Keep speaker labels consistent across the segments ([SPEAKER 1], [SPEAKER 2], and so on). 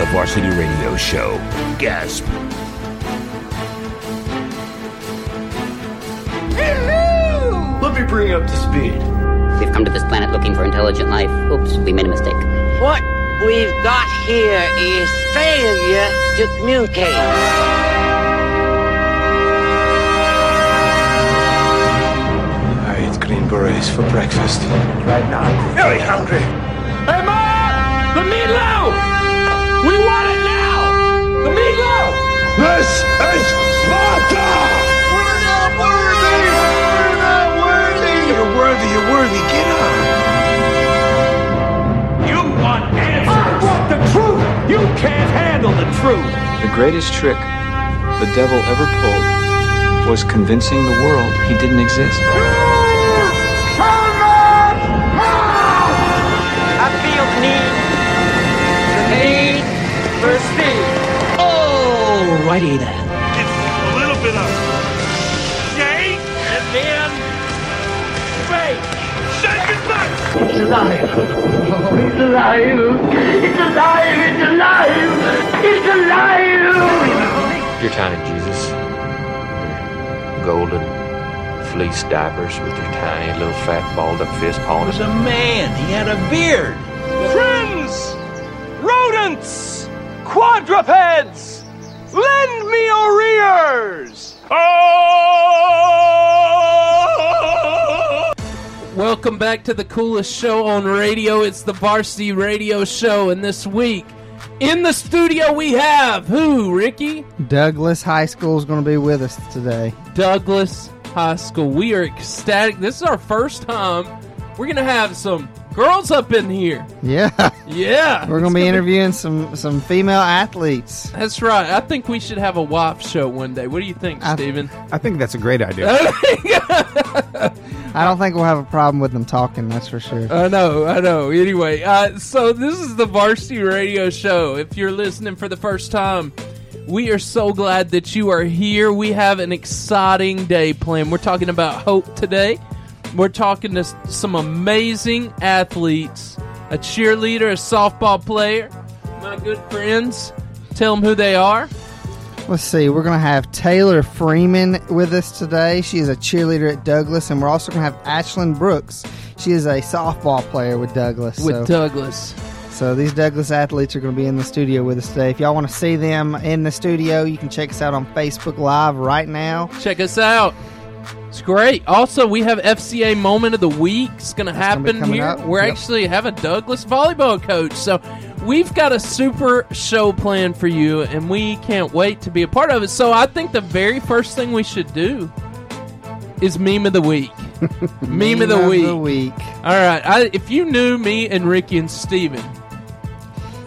[SPEAKER 1] The Varsity Radio Show. Gasp.
[SPEAKER 2] Let me bring you up to speed.
[SPEAKER 3] We've come to this planet looking for intelligent life. Oops, we made a mistake.
[SPEAKER 4] What we've got here is failure to communicate.
[SPEAKER 2] I eat green berets for breakfast. Right now, I'm very hungry. Hey, Mom! The meatloaf! We want it now! The meatloaf! This is Sparta! We're not worthy! We're not worthy! You're worthy, you're worthy. Get up! You want answers! I want the truth! You can't handle the truth!
[SPEAKER 5] The greatest trick the devil ever pulled was convincing the world he didn't exist.
[SPEAKER 4] I feel the need, the need for speed. Oh, righty then.
[SPEAKER 6] It's a little bit of shake and then fake. Shake it back.
[SPEAKER 7] Your time in Jesus. Your golden fleece diapers with your tiny little fat balled up fist pawing us.
[SPEAKER 2] Friends! Rodents! Quadrupeds! Lend me your ears!
[SPEAKER 8] Welcome back to the coolest show on radio. It's the Varsity Radio Show, and this week in the studio we have who? Ricky
[SPEAKER 9] Douglas High School is going to be with us today.
[SPEAKER 8] Douglas High School. We are ecstatic. This is our first time. We're gonna have some girls up in here.
[SPEAKER 9] Yeah,
[SPEAKER 8] Yeah,
[SPEAKER 9] we're going to be interviewing some some female athletes.
[SPEAKER 8] That's right. I think we should have a wife show one day. What do you think,
[SPEAKER 9] I-
[SPEAKER 8] Steven?
[SPEAKER 10] I think that's a great idea.
[SPEAKER 9] I don't think we'll have a problem with them talking. That's for sure.
[SPEAKER 8] I know, I know. Anyway, uh, so this is the Varsity Radio Show. If you're listening for the first time, we are so glad that you are here. We have an exciting day planned. We're talking about hope today. We're talking to s- some amazing athletes a cheerleader, a softball player, my good friends. Tell them who they are.
[SPEAKER 9] Let's see. We're going to have Taylor Freeman with us today. She is a cheerleader at Douglas, and we're also going to have Ashlyn Brooks. She is a softball player with Douglas.
[SPEAKER 8] With
[SPEAKER 9] so,
[SPEAKER 8] Douglas.
[SPEAKER 9] so these Douglas athletes are going to be in the studio with us today. If y'all want to see them in the studio, you can check us out on Facebook Live right now.
[SPEAKER 8] Check us out. It's great. Also, we have FCA Moment of the Week. It's going
[SPEAKER 9] gonna
[SPEAKER 8] to
[SPEAKER 9] be
[SPEAKER 8] happen
[SPEAKER 9] coming
[SPEAKER 8] here.
[SPEAKER 9] up.
[SPEAKER 8] We're
[SPEAKER 9] Yep.
[SPEAKER 8] actually have a Douglas volleyball coach. So we've got a super show planned for you, and we can't wait to be a part of it. So I think the very first thing we should do is meme of the week. meme of the week.
[SPEAKER 9] The week.
[SPEAKER 8] All right. I, if you knew me and Ricky and Steven,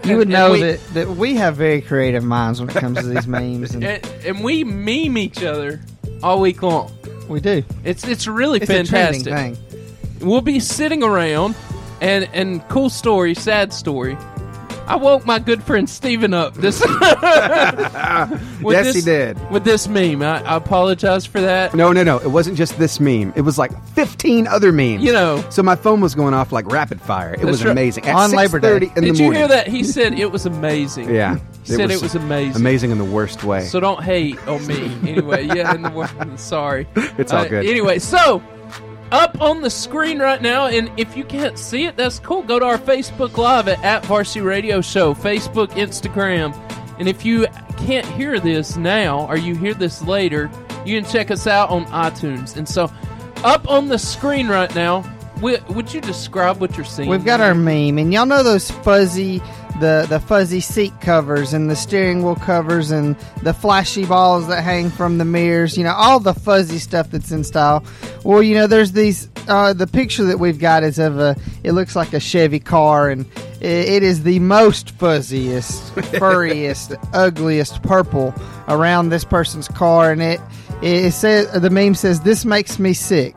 [SPEAKER 9] You would
[SPEAKER 8] And- and
[SPEAKER 9] know
[SPEAKER 8] we-
[SPEAKER 9] that, that we have very creative minds when it comes to these memes, and
[SPEAKER 8] and, and we meme each other all week long.
[SPEAKER 9] we do.
[SPEAKER 8] It's it's really
[SPEAKER 9] It's
[SPEAKER 8] fantastic.
[SPEAKER 9] a trending thing.
[SPEAKER 8] we'll be sitting around and and cool story sad story i woke my good friend steven up this with
[SPEAKER 10] Yes, he did.
[SPEAKER 8] with this meme i, I apologize for that
[SPEAKER 10] No, no, no. It wasn't just this meme. It was like 15 other memes.
[SPEAKER 8] You know.
[SPEAKER 10] So my phone was going off like rapid fire. It was
[SPEAKER 8] right.
[SPEAKER 10] amazing. At
[SPEAKER 9] On Labor Day.
[SPEAKER 10] 6:30 in
[SPEAKER 8] did
[SPEAKER 10] the
[SPEAKER 8] you
[SPEAKER 10] morning.
[SPEAKER 8] hear that he said it was amazing
[SPEAKER 10] Yeah.
[SPEAKER 8] he said it was amazing
[SPEAKER 10] Amazing in the worst way.
[SPEAKER 8] so don't hate on me anyway yeah in the morning sorry
[SPEAKER 10] It's all
[SPEAKER 8] Uh,
[SPEAKER 10] good.
[SPEAKER 8] anyway so up on the screen right now and if you can't see it that's cool go to our facebook live at, at varsity radio show facebook instagram and if you can't hear this now or you hear this later you can check us out on itunes and so up on the screen right now would, would you describe what you're seeing
[SPEAKER 9] We've got our meme, and y'all know those fuzzy, the the fuzzy seat covers and the steering wheel covers and the flashy balls that hang from the mirrors. You know all the fuzzy stuff that's in style. Well, you know there's these. Uh, the picture that we've got is of a. It looks like a Chevy car, and i it is the most fuzziest, furriest, ugliest purple around this person's car, and it. It says the meme says this makes me sick.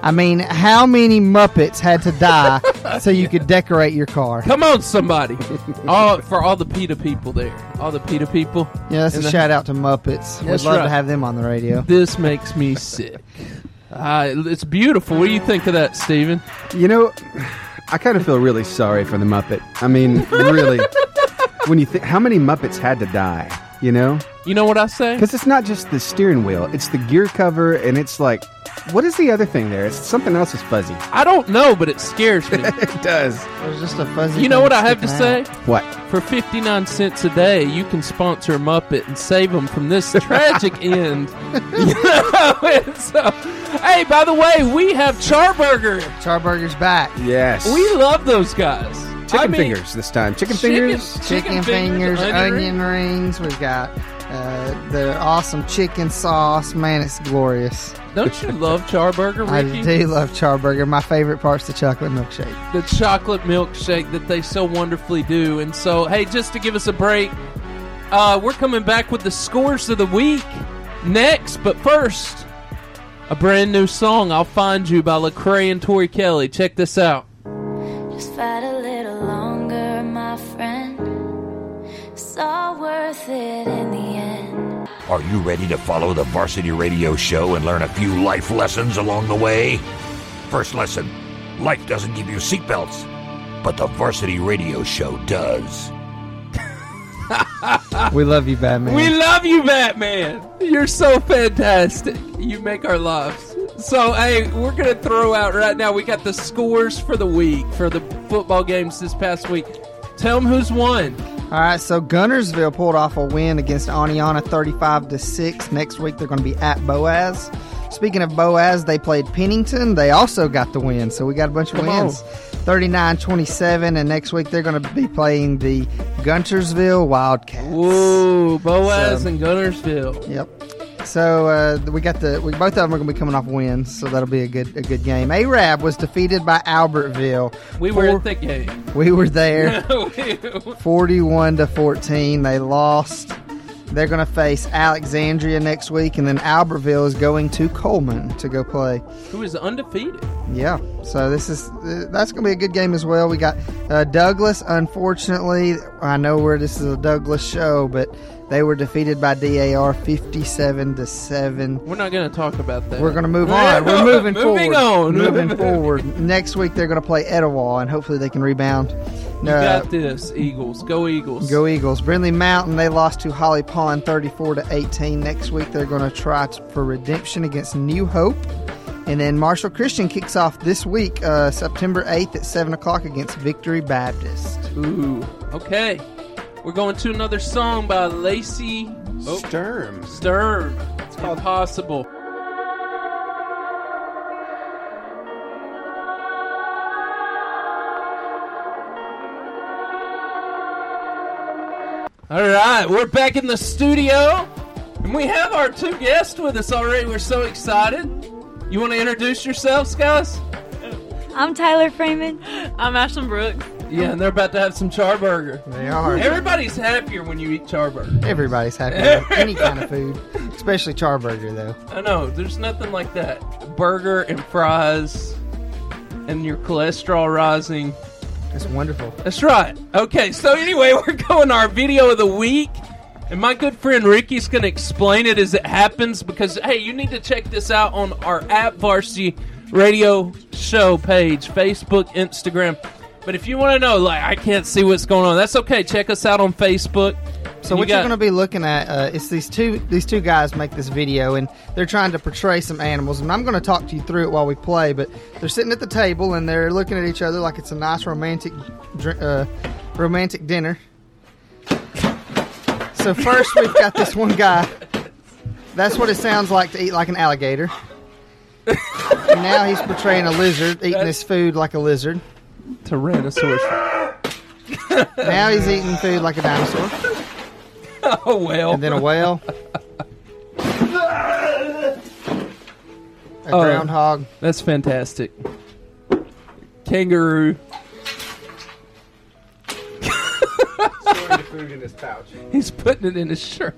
[SPEAKER 9] I mean, how many Muppets had to die so you could decorate your car?
[SPEAKER 8] Come on, somebody! all for all the PETA people there, all the PETA people.
[SPEAKER 9] Yeah, that's a
[SPEAKER 8] And the-
[SPEAKER 9] shout out to Muppets. We'd
[SPEAKER 8] That's
[SPEAKER 9] love
[SPEAKER 8] right.
[SPEAKER 9] to have them on the radio.
[SPEAKER 8] This makes me sick. Uh, it's beautiful. What do you think of that, Steven?
[SPEAKER 10] You know, I kind of feel really sorry for the Muppet. I mean, really. when you think how many Muppets had to die, you know?
[SPEAKER 8] You know what I say?
[SPEAKER 10] Because it's not just the steering wheel; it's the gear cover, and it's like, what is the other thing there? It's something else is fuzzy.
[SPEAKER 8] I don't know, but it scares me.
[SPEAKER 10] it does.
[SPEAKER 9] It was just a fuzzy.
[SPEAKER 8] You know
[SPEAKER 9] thing
[SPEAKER 8] what I have to
[SPEAKER 9] sticking
[SPEAKER 8] say?
[SPEAKER 9] out.
[SPEAKER 10] What?
[SPEAKER 8] For 59 cents a day, you can sponsor a Muppet and save them from this tragic end. You know, and so- hey, by the way, we have Charburger.
[SPEAKER 9] Charburger's back.
[SPEAKER 10] Yes.
[SPEAKER 8] We love those guys.
[SPEAKER 10] chicken
[SPEAKER 8] I mean,
[SPEAKER 10] fingers this time. Chicken, fingers.
[SPEAKER 9] Chicken, fingers, onion rings. We've got uh, the awesome chicken sauce. Man, it's glorious.
[SPEAKER 8] Don't you love Charburger,
[SPEAKER 9] I
[SPEAKER 8] Ricky?
[SPEAKER 9] do love Charburger. My favorite part's the chocolate milkshake.
[SPEAKER 8] the chocolate milkshake that they so wonderfully do. And so, hey, just to give us a break, uh, we're coming back with the scores of the week next. But first, a brand new song, I'll Find You by Lecrae and Tori Kelly. Check this out.
[SPEAKER 11] Just fight a little longer, my friend. It's all worth it in the end.
[SPEAKER 1] Are you ready to follow the Varsity Radio Show and learn a few life lessons along the way? First lesson life doesn't give you seatbelts, but the Varsity Radio Show does.
[SPEAKER 9] we love you, Batman.
[SPEAKER 8] We love you, Batman. You're so fantastic. You make our lives. So, hey, we're going to throw out right now. We got the scores for the week, for the football games this past week. Tell them who's won.
[SPEAKER 9] All right, so Gunnersville pulled off a win against Aniana 35 to 6. Next week they're going to be at Boaz. Speaking of Boaz, they played Pennington. They also got the win, so we got a bunch of
[SPEAKER 8] Come on.
[SPEAKER 9] wins. 39-27 and next week they're going to be playing the Guntersville Wildcats.
[SPEAKER 8] Whoa, Boaz
[SPEAKER 9] So-
[SPEAKER 8] and Gunnersville.
[SPEAKER 9] Yep. So uh, we got the we both of them are going to be coming off wins, so that'll be a good a good game. Arab was defeated by Albertville.
[SPEAKER 8] We were
[SPEAKER 9] Four-
[SPEAKER 8] at the game.
[SPEAKER 9] we were there.
[SPEAKER 8] We-
[SPEAKER 9] 41 to 14. They lost. They're going to face Alexandria next week, and then Albertville is going to Coleman to go play.
[SPEAKER 8] Who is undefeated?
[SPEAKER 9] Yeah, so this is uh, that's going to be a good game as well. We got uh, Douglas. Unfortunately, I know where this is a Douglas show, but they were defeated by DAR 57 to seven.
[SPEAKER 8] We're not going to talk about that.
[SPEAKER 9] We're going to move on. We're moving forward.
[SPEAKER 8] Moving on.
[SPEAKER 9] Moving forward. Next week they're going to play Etowah, and hopefully they can rebound.
[SPEAKER 8] You got this, Eagles. Go Eagles.
[SPEAKER 9] Uh, Go Eagles. Brindley Mountain, they lost to Holly Pond 34 to 18. Next week, they're going to try t- for redemption against New Hope. And then Marshall Christian kicks off this week, uh, September 8th at 7 o'clock against Victory Baptist.
[SPEAKER 8] Ooh. Okay. We're going to another song by Lacey Oh.
[SPEAKER 10] Sturm.
[SPEAKER 8] Sturm. It's called Possible. All right, we're back in the studio, and we have our two guests with us already. We're so excited. You want to introduce yourselves, guys?
[SPEAKER 12] I'm Tyler Freeman. I'm Ashlyn Brooks.
[SPEAKER 8] Yeah, and they're about to have some charburger.
[SPEAKER 9] They are.
[SPEAKER 8] Everybody's happier when you eat charburger.
[SPEAKER 9] Everybody's happy with any kind of food, especially Charburger, though.
[SPEAKER 8] I know. There's nothing like that. Burger and fries, and your cholesterol rising.
[SPEAKER 9] It's wonderful.
[SPEAKER 8] That's right. Okay, so anyway, we're going to our video of the week. And my good friend Ricky's going to explain it as it happens because, hey, you need to check this out on our app varsity radio show page, Facebook, Instagram. But if you want to know, like, I can't see what's going on, that's okay. Check us out on Facebook.
[SPEAKER 9] So what you're going to be looking at uh, is these two these two guys make this video and they're trying to portray some animals and I'm going to talk to you through it while we play. But they're sitting at the table and they're looking at each other like it's a nice romantic dr- uh, romantic dinner. So first we've got this one guy. That's what it sounds like to eat like an alligator. and now he's portraying a lizard eating his food like a lizard.
[SPEAKER 8] Tyrannosaurus.
[SPEAKER 9] Now he's eating food like a dinosaur.
[SPEAKER 8] Oh, well.
[SPEAKER 9] And then a whale. A groundhog.
[SPEAKER 8] That's fantastic. Kangaroo.
[SPEAKER 10] food in his pouch.
[SPEAKER 8] He's putting it in his shirt.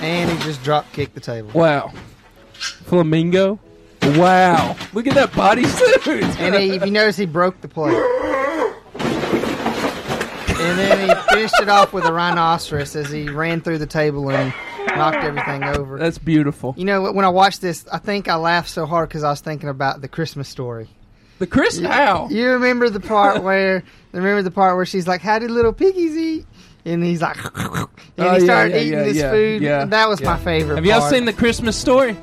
[SPEAKER 9] And he just drop kicked the table.
[SPEAKER 8] Wow. Flamingo. Wow. Look at that bodysuit.
[SPEAKER 9] And he, if you notice, he broke the plate. And then he finished it off with a rhinoceros as he ran through the table and knocked everything over.
[SPEAKER 8] That's beautiful.
[SPEAKER 9] You know, when I watched this, I think I laughed so hard because I was thinking about the Christmas story.
[SPEAKER 8] The Chris Howe. Oh,
[SPEAKER 9] You remember the part where? remember the part where she's like, "How did little piggies eat?" And he's like, and
[SPEAKER 8] Oh, yeah,
[SPEAKER 9] he started
[SPEAKER 8] yeah,
[SPEAKER 9] eating
[SPEAKER 8] yeah,
[SPEAKER 9] this
[SPEAKER 8] yeah,
[SPEAKER 9] food.
[SPEAKER 8] yeah,
[SPEAKER 9] that was my
[SPEAKER 8] yeah.
[SPEAKER 9] favorite.
[SPEAKER 8] Have y'all
[SPEAKER 9] part.
[SPEAKER 8] seen the Christmas story?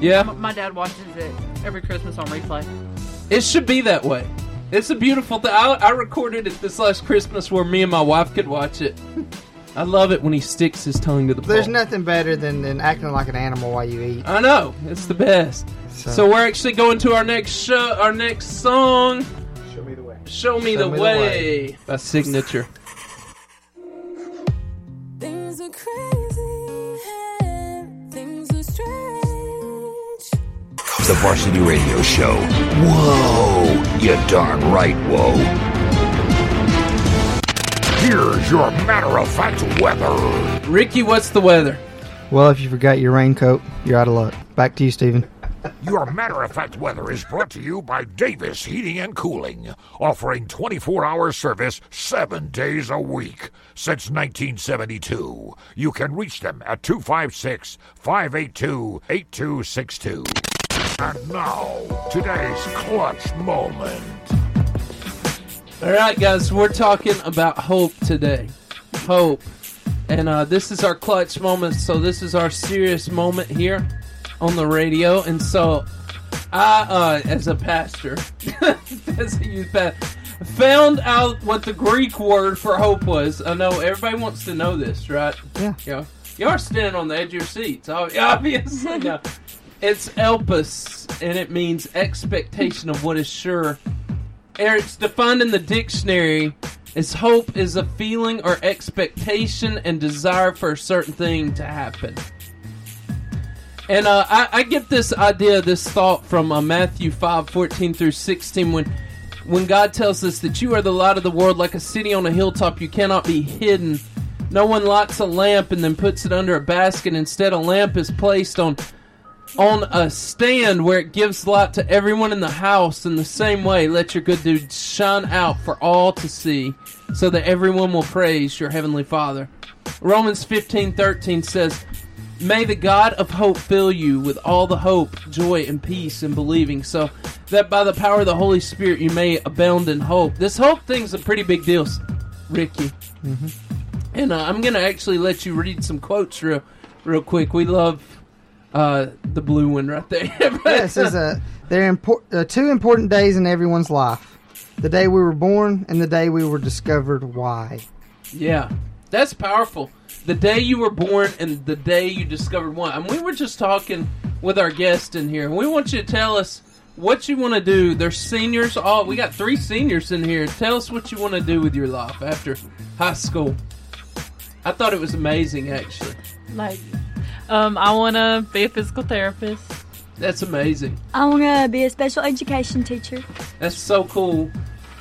[SPEAKER 8] Yeah,
[SPEAKER 13] My dad watches it every Christmas on replay.
[SPEAKER 8] it should be that way. It's a beautiful thing. I, I recorded it this last Christmas where me and my wife could watch it. I love it when he sticks his tongue to the.
[SPEAKER 9] There's nothing better than, than acting like an animal while you eat.
[SPEAKER 8] I know it's the best. So, we're actually going to our next show, our next song. Show me the way. Show me, the, way. By signature.
[SPEAKER 14] Things are crazy. and Things are strange.
[SPEAKER 1] The Varsity Radio Show. Whoa! You darn right, whoa. Here's your matter of fact weather.
[SPEAKER 8] Ricky, what's the weather?
[SPEAKER 9] Well, if you forgot your raincoat, you're out of luck. Back to you, Stephen.
[SPEAKER 1] Your matter of fact weather is brought to you by Davis Heating and Cooling, offering 24 hour service seven days a week since 1972. You can reach them at 256 582 8262. And now, today's clutch moment.
[SPEAKER 8] All right, guys, we're talking about hope today. Hope. And uh, this is our clutch moment. So, this is our serious moment here on the radio. And so, I, uh, as a pastor, as a youth pastor, found out what the Greek word for hope was. I know everybody wants to know this, right?
[SPEAKER 9] Yeah.
[SPEAKER 8] yeah. You are standing on the edge of your seats, ob- obviously. no. It's elpis, and it means expectation of what is sure. Eric's defined in the dictionary as hope is a feeling or expectation and desire for a certain thing to happen. And uh, I, I get this idea, this thought from uh, Matthew 5 14 through 16 when, when God tells us that you are the light of the world, like a city on a hilltop, you cannot be hidden. No one lights a lamp and then puts it under a basket. Instead, a lamp is placed on on a stand where it gives light to everyone in the house in the same way let your good deeds shine out for all to see so that everyone will praise your heavenly father romans 15 13 says may the god of hope fill you with all the hope joy and peace in believing so that by the power of the holy spirit you may abound in hope this hope thing's a pretty big deal ricky and uh, I'm gonna actually let you read some quotes real, real quick. We love uh, the blue one right there.
[SPEAKER 9] yes, uh, is a they're impor- uh, two important days in everyone's life: the day we were born and the day we were discovered why.
[SPEAKER 8] yeah, that's powerful. The day you were born and the day you discovered one. And we were just talking with our guest in here, and we want you to tell us what you want to do. They're seniors. All we got three seniors in here. Tell us what you want to do with your life after high school. I thought it was amazing, actually.
[SPEAKER 13] Like, um, I want to be a physical therapist.
[SPEAKER 8] That's amazing.
[SPEAKER 12] I want to be a special education teacher.
[SPEAKER 8] That's so cool.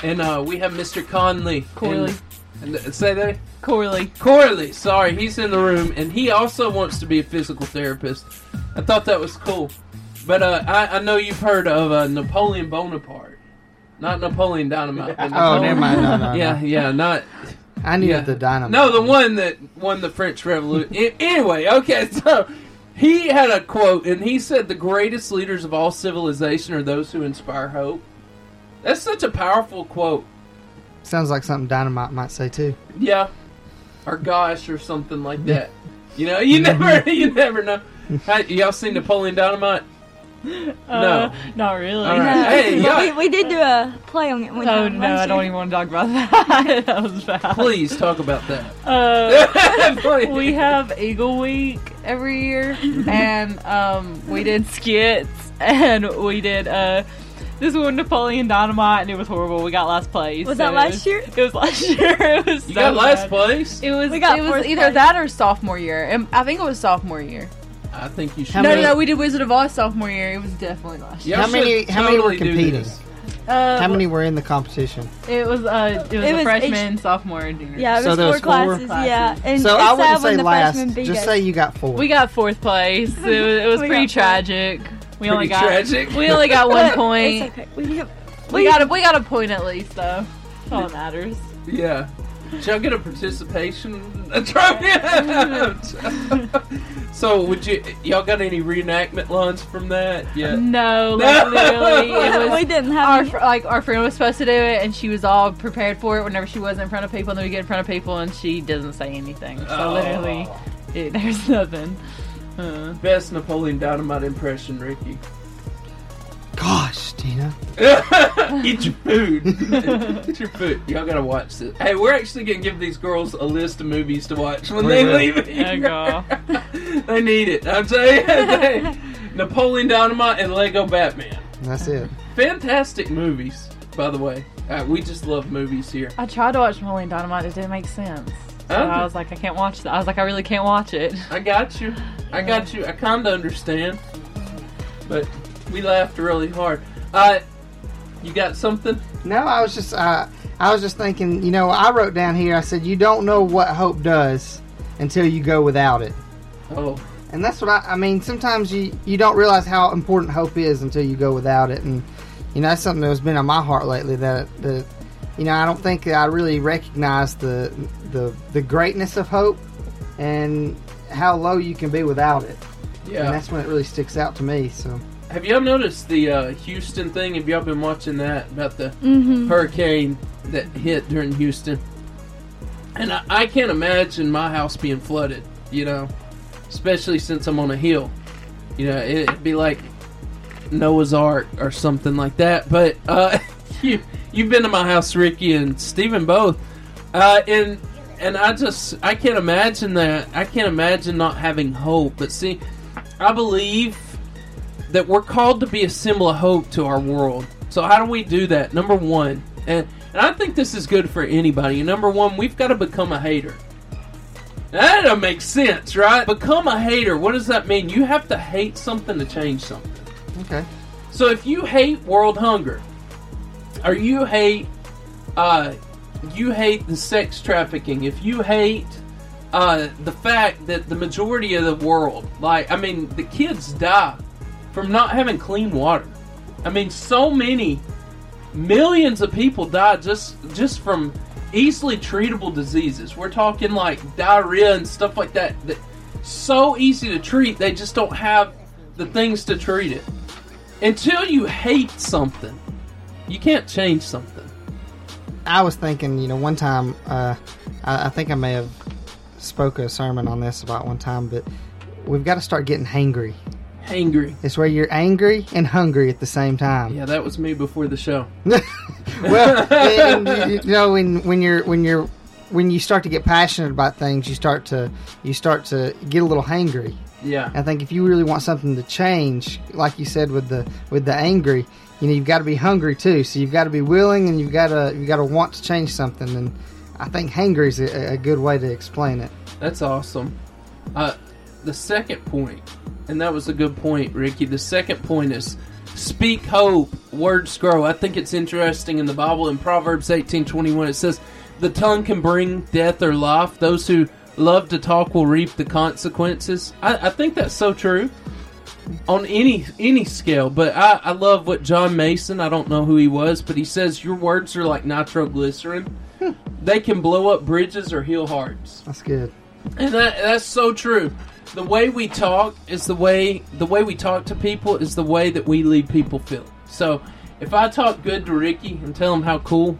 [SPEAKER 8] And uh, we have Mr. Conley.
[SPEAKER 12] Corley.
[SPEAKER 8] And, and say that?
[SPEAKER 13] Corley.
[SPEAKER 8] Corley, sorry, he's in the room and he also wants to be a physical therapist. I thought that was cool. But uh, I, I know you've heard of uh, Napoleon Bonaparte. Not Napoleon Dynamite. but
[SPEAKER 9] Oh, never
[SPEAKER 8] Napoleon-
[SPEAKER 9] mind. No, no, no.
[SPEAKER 8] yeah, yeah, not.
[SPEAKER 9] I knew
[SPEAKER 8] Yeah.
[SPEAKER 9] the dynamite.
[SPEAKER 8] No, the one that won the French Revolution. A- anyway, okay, so he had a quote, and he said, "The greatest leaders of all civilization are those who inspire hope." That's such a powerful quote.
[SPEAKER 9] Sounds like something dynamite might say too.
[SPEAKER 8] Yeah, or gosh, or something like that. You know, you never, you never know. Hey, y'all seen Napoleon Dynamite?
[SPEAKER 13] Uh, not really.
[SPEAKER 8] All right. Hey,
[SPEAKER 12] But
[SPEAKER 8] y'all,
[SPEAKER 12] Uh, we, we did do a play on it one
[SPEAKER 13] Oh,
[SPEAKER 12] time.
[SPEAKER 13] no, I
[SPEAKER 12] wasn't
[SPEAKER 13] don't
[SPEAKER 12] it?
[SPEAKER 13] even want to talk about that. that was bad.
[SPEAKER 8] please talk about that.
[SPEAKER 13] Uh, we have Eagle Week every year, and um, we did skits, and we did uh, this one Napoleon Dynamite, and it was horrible. We got last place.
[SPEAKER 12] Was that
[SPEAKER 13] so-
[SPEAKER 12] last year?
[SPEAKER 13] It was last year. It was
[SPEAKER 8] You
[SPEAKER 13] so
[SPEAKER 8] got last
[SPEAKER 13] bad.
[SPEAKER 8] place.
[SPEAKER 13] It was.
[SPEAKER 12] We got
[SPEAKER 13] it was
[SPEAKER 12] fourth
[SPEAKER 13] either
[SPEAKER 12] place.
[SPEAKER 13] that or sophomore year. And I think it was sophomore year.
[SPEAKER 8] I think you should.
[SPEAKER 13] no, no, no. We did Wizard of Oz sophomore year. It was definitely last year.
[SPEAKER 9] how many? How many were competing?
[SPEAKER 13] Uh,
[SPEAKER 9] How many were in the competition?
[SPEAKER 13] It was. Uh, it was
[SPEAKER 12] It
[SPEAKER 13] a
[SPEAKER 12] was
[SPEAKER 13] freshman, sophomore, and junior.
[SPEAKER 12] Yeah, it
[SPEAKER 9] So
[SPEAKER 12] was
[SPEAKER 9] there
[SPEAKER 12] four
[SPEAKER 9] was four?
[SPEAKER 12] classes. Yeah, and
[SPEAKER 9] so
[SPEAKER 12] it's
[SPEAKER 9] I
[SPEAKER 12] sad
[SPEAKER 9] wouldn't
[SPEAKER 12] when
[SPEAKER 9] say
[SPEAKER 12] the
[SPEAKER 9] last.
[SPEAKER 12] freshmen beat
[SPEAKER 9] Just
[SPEAKER 12] us.
[SPEAKER 9] say you got four.
[SPEAKER 13] We got fourth place. It was, it was
[SPEAKER 12] We
[SPEAKER 13] pretty
[SPEAKER 12] got fourth.
[SPEAKER 13] tragic. We
[SPEAKER 9] Pretty
[SPEAKER 13] only got
[SPEAKER 9] tragic?
[SPEAKER 13] we only got one
[SPEAKER 12] But
[SPEAKER 13] point.
[SPEAKER 12] It's okay. We, have,
[SPEAKER 13] We got a we got a point at least though. That's all that matters.
[SPEAKER 8] Yeah. Shall I get a participation trophy? so, would you y'all got any reenactment lines from that? Yeah.
[SPEAKER 13] No, like, literally, it was.
[SPEAKER 12] We didn't have
[SPEAKER 13] our, fr- like our friend was supposed to do it, and she was all prepared for it. Whenever she was in front of people, and then we get in front of people, and she doesn't say anything. So
[SPEAKER 8] Oh.
[SPEAKER 13] literally, it, there's nothing. Uh,
[SPEAKER 8] Best Napoleon Dynamite impression, Ricky.
[SPEAKER 9] Gosh, Tina.
[SPEAKER 8] Eat your food. Eat your food. Y'all gotta watch this. Hey, we're actually gonna give these girls a list of movies to watch when they
[SPEAKER 13] Really?
[SPEAKER 8] leave.
[SPEAKER 13] There you
[SPEAKER 8] Here. they need it. I'm telling you. They- Napoleon Dynamite and Lego Batman.
[SPEAKER 9] That's it.
[SPEAKER 8] Fantastic movies, by the way. Uh, we just love movies here.
[SPEAKER 13] I tried to watch Napoleon Dynamite. It didn't make sense.
[SPEAKER 12] Oh.
[SPEAKER 13] So
[SPEAKER 8] Okay.
[SPEAKER 13] I was like, I can't watch that. I was like, I really can't watch it.
[SPEAKER 8] I got you. I got you. I kind of understand, but we laughed really hard. Uh, you got something?
[SPEAKER 9] No, I was just uh, I was just thinking. You know, I wrote down here. I said, "You don't know what hope does until you go without it."
[SPEAKER 8] Oh.
[SPEAKER 9] And that's what I, I mean. Sometimes you you don't realize how important hope is until you go without it. And you know, that's something that's been on my heart lately. That that you know, I don't think that I really recognize the the the greatness of hope and how low you can be without it.
[SPEAKER 8] Yeah.
[SPEAKER 9] and that's when it really sticks out to me. So.
[SPEAKER 8] Have y'all noticed the uh, Houston thing? Have y'all been watching that about the
[SPEAKER 9] Mhm.
[SPEAKER 8] hurricane that hit during Houston? And I, I can't imagine my house being flooded, you know, especially since I'm on a hill. You know, it, it'd be like Noah's Ark or something like that. But uh, you you've been to my house, Ricky and Stephen both, uh, and and I just I can't imagine that. I can't imagine not having hope. But see, I believe that we're called to be a symbol of hope to our world. So how do we do that? Number one, and, and I think this is good for anybody. Number one, we've got to become a hater. That don't make sense, right? Become a hater. What does that mean? You have to hate something to change something.
[SPEAKER 9] Okay.
[SPEAKER 8] So if you hate world hunger, or you hate, uh, you hate the sex trafficking, if you hate uh, the fact that the majority of the world, like I mean, the kids die from not having clean water. I mean, so many millions of people die just just from easily treatable diseases. We're talking like diarrhea and stuff like that. That so easy to treat, they just don't have the things to treat it until you hate something, you can't change something.
[SPEAKER 9] I was thinking, you know, one time, uh, I, I think I may have spoke a sermon on this about one time, but we've got to start getting hangry.
[SPEAKER 8] Hangry.
[SPEAKER 9] It's where you're angry and hungry at the same time.
[SPEAKER 8] Yeah, that was me before the show.
[SPEAKER 9] well, and, and, you- you know, when when you're when you're when you start to get passionate about things, you start to you start to get a little hangry.
[SPEAKER 8] Yeah.
[SPEAKER 9] I think if you really want something to change, like you said with the with the angry, you know, you've got to be hungry too. So you've got to be willing, and you've got to you have got to want to change something. And I think hangry is a, a good way to explain it.
[SPEAKER 8] That's awesome. Uh, the second point, and that was a good point, Ricky. The second point is speak hope, words grow. I think it's interesting in the Bible in Proverbs eighteen twenty one. It says, "The tongue can bring death or life. Those who love to talk will reap the consequences." I, I think that's so true on any any scale. But I, I love what John Mason. I don't know who he was, but he says your words are like nitroglycerin. They can blow up bridges or heal hearts.
[SPEAKER 9] That's good.
[SPEAKER 8] And that, that's so true. The way we talk is the way the way we talk to people is the way that we leave people feel. So if I talk good to Ricky and tell him how cool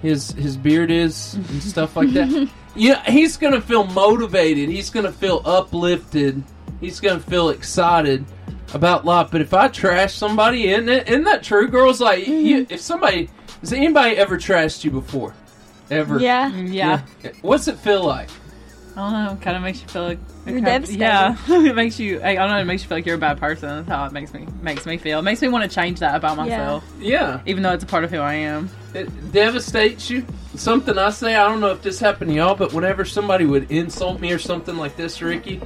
[SPEAKER 8] his his beard is and stuff like that, yeah, he's gonna feel motivated. He's gonna feel uplifted. He's gonna feel excited about life. But if I trash somebody, isn't it? Isn't that true, girls? Like, you, if somebody has anybody ever trashed you before, ever?
[SPEAKER 12] Yeah.
[SPEAKER 13] Yeah.
[SPEAKER 8] What's it feel like?
[SPEAKER 13] I don't know. Kind of makes you feel like
[SPEAKER 12] You're
[SPEAKER 13] kind-
[SPEAKER 12] devastated.
[SPEAKER 13] Yeah, it makes you. I I don't know. It makes you feel like you're a bad person. That's how it makes me makes me feel. It makes me want to change that about
[SPEAKER 8] Yeah.
[SPEAKER 13] myself.
[SPEAKER 8] Yeah.
[SPEAKER 13] even though it's a part of who I am.
[SPEAKER 8] it devastates you. Something I say, I don't know if this happened to y'all, but whenever somebody would insult me or something like this, Ricky,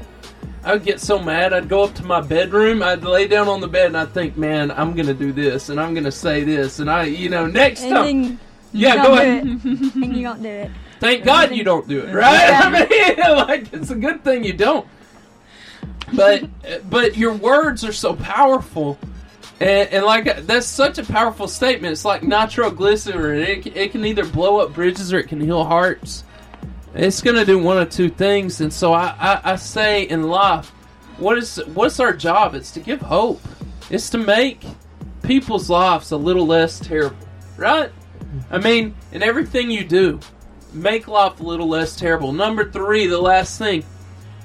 [SPEAKER 8] I would get so mad. I'd go up to my bedroom, I'd lay down on the bed, and I'd think, man, I'm going to do this, and I'm going to say this, and I, you know, next
[SPEAKER 12] And
[SPEAKER 8] time.
[SPEAKER 12] then you
[SPEAKER 8] yeah,
[SPEAKER 12] don't
[SPEAKER 8] go
[SPEAKER 12] do
[SPEAKER 8] ahead.
[SPEAKER 12] it. and you don't do it.
[SPEAKER 8] Thank God you don't do it, right? I mean, like it's a good thing you don't. But but your words are so powerful, and, and like that's such a powerful statement. It's like nitroglycerin. It, it can either blow up bridges or it can heal hearts. It's going to do one of two things, and so I, I, I say in life, what is what's our job? It's to give hope. It's to make people's lives a little less terrible, right? I mean, in everything you do, make life a little less terrible. Number three, the last thing,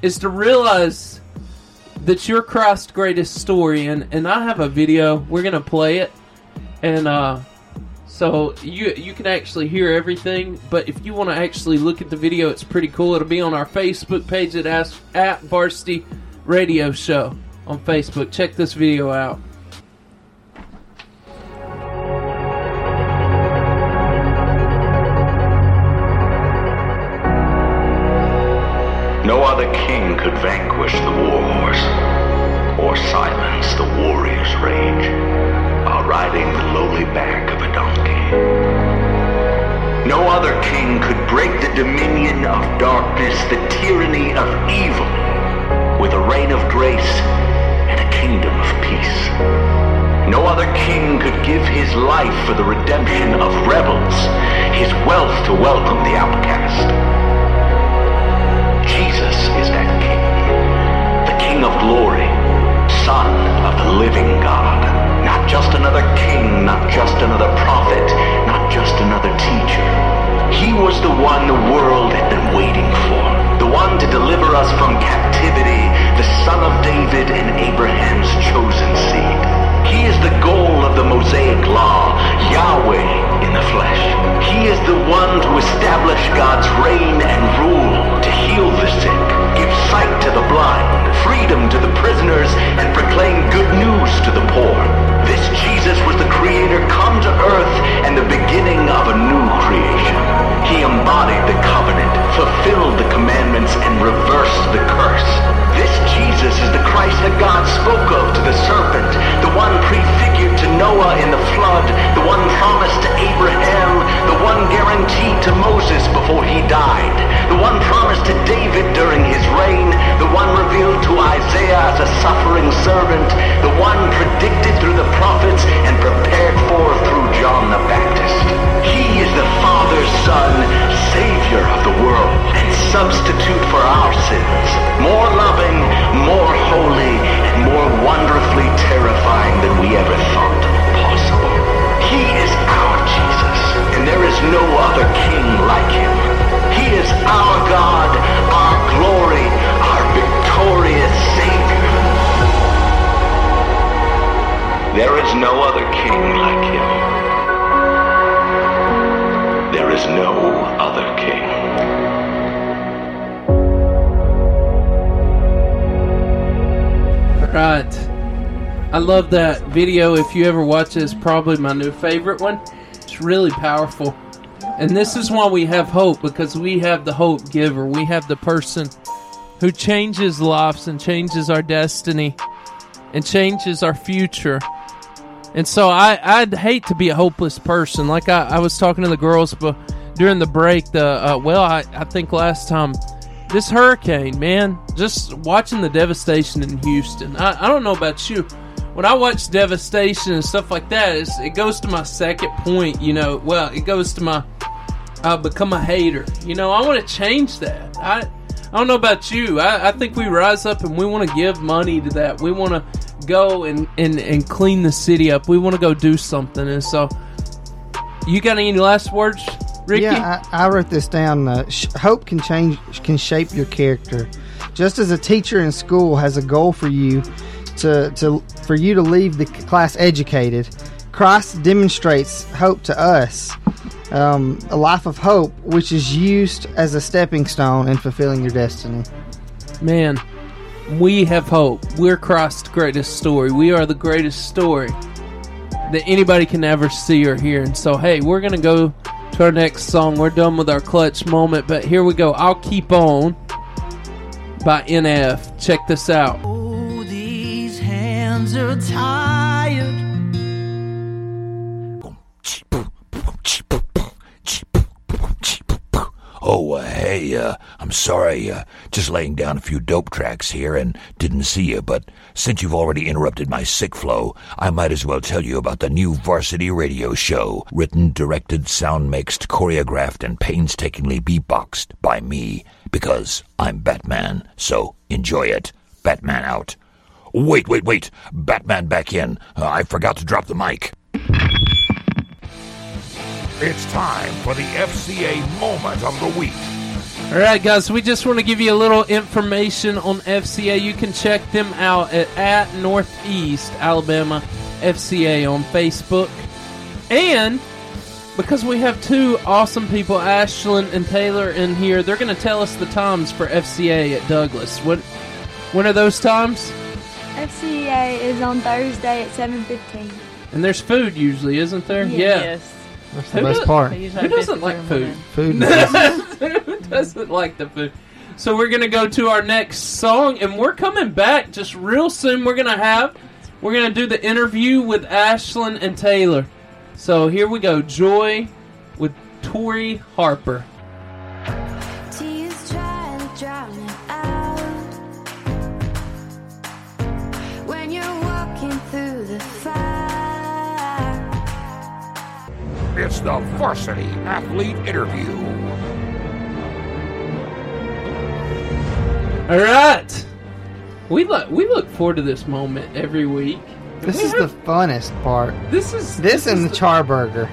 [SPEAKER 8] is to realize that you're Christ's greatest story, and, and I have a video. We're gonna play it, and uh, so you you can actually hear everything. But if you want to actually look at the video, it's pretty cool. It'll be on our Facebook page at As- at Varsity Radio Show on Facebook. Check this video out.
[SPEAKER 15] No other king could vanquish the war horse or silence the warrior's rage while riding the lowly back of a donkey. No other king could break the dominion of darkness, the tyranny of evil, with a reign of grace and a kingdom of peace. No other king could give his life for the redemption of rebels, his wealth to welcome the outcast. Jesus is that King, the King of glory, Son of the living God. Not just another king, not just another prophet, not just another teacher. He was the one the world had been waiting for, the one to deliver us from captivity, the Son of David and Abraham's chosen seed. He is the goal of the Mosaic Law, Yahweh in the flesh. He is the one to establish God's reign and rule, to heal the sick, give sight to the blind, freedom to the prisoners, and proclaim good news to the poor. This Jesus was the Creator come to earth and the beginning of a new creation. He embodied the covenant, fulfilled the commandments, and reversed the curse. This Jesus is the Christ that God spoke of to the serpent, the one prefigured to Noah in the flood, the one promised to Abraham, the one guaranteed to Moses before he died, the one promised to David during his reign, the one revealed to Isaiah as a suffering servant, the one predicted through the prophets and prepared for through John the Baptist. He is the Father's Son, Savior of the world, and substitute for our sins. More loving, more holy, and more wonderfully terrifying than we ever thought possible. He is our Jesus, and there is no other King like him. He is our God, our glory, our victorious Savior. There is no other King like him. There is no other King.
[SPEAKER 8] Right. I love that video. If you ever watch it, it's probably my new favorite one. It's really powerful. And this is why we have hope because we have the hope giver. We have the person who changes lives and changes our destiny and changes our future. And so I, I'd hate to be a hopeless person. Like I, I was talking to the girls but during the break, the uh, well, I, I think last time this hurricane, man, just watching the devastation in Houston. I, I don't know about you. When I watch devastation and stuff like that, it's, it goes to my second point, you know. Well, it goes to my uh, become a hater. You know, I want to change that. I I don't know about you. I, I think we rise up and we want to give money to that. We want to go and, and, and clean the city up. We want to go do something. And so, you got any last words, Ricky?
[SPEAKER 9] Yeah, I, I wrote this down. Uh, sh- hope can change, can shape your character. Just as a teacher in school has a goal for you to, to for you to leave the class educated, Christ demonstrates hope to us. Um, a life of hope, which is used as a stepping stone in fulfilling your destiny.
[SPEAKER 8] Man, we have hope. We're Christ's greatest story. We are the greatest story that anybody can ever see or hear. And so, hey, we're going to go to our next song. We're done with our clutch moment, but here we go. I'll Keep On by NF. Check this out.
[SPEAKER 16] Oh, these hands are tired.
[SPEAKER 1] Oh, uh, hey, uh, I'm sorry, uh, just laying down a few dope tracks here and didn't see you, but since you've already interrupted my sick flow, I might as well tell you about the new varsity radio show, written, directed, sound mixed, choreographed, and painstakingly beatboxed by me, because I'm Batman, so enjoy it. Batman out. Wait, wait, wait! Batman back in. Uh, I forgot to drop the mic. It's time for the FCA moment of the week.
[SPEAKER 8] All right, guys, we just want to give you a little information on FCA. You can check them out at, at Northeast Alabama FCA on Facebook. And because we have two awesome people, Ashlyn and Taylor, in here, they're going to tell us the times for FCA at Douglas. What, when are those times?
[SPEAKER 17] FCEA E is on Thursday at seven fifteen.
[SPEAKER 8] And there's food usually, isn't there? Yeah.
[SPEAKER 9] That's the best part. They usually
[SPEAKER 8] Who
[SPEAKER 9] have
[SPEAKER 8] doesn't like food?
[SPEAKER 9] Food
[SPEAKER 8] Who doesn't like the food? So we're gonna go to our next song, and we're coming back just real soon. We're gonna have, we're gonna do the interview with Ashlyn and Taylor. So here we go, Joy with Tori Harper.
[SPEAKER 14] Tears try to drown it out. When you're walking through the fire,
[SPEAKER 1] It's the varsity athlete interview.
[SPEAKER 8] All right, we look we look forward to this moment every week.
[SPEAKER 9] This is the funnest part.
[SPEAKER 8] This is
[SPEAKER 9] this, and the charburger.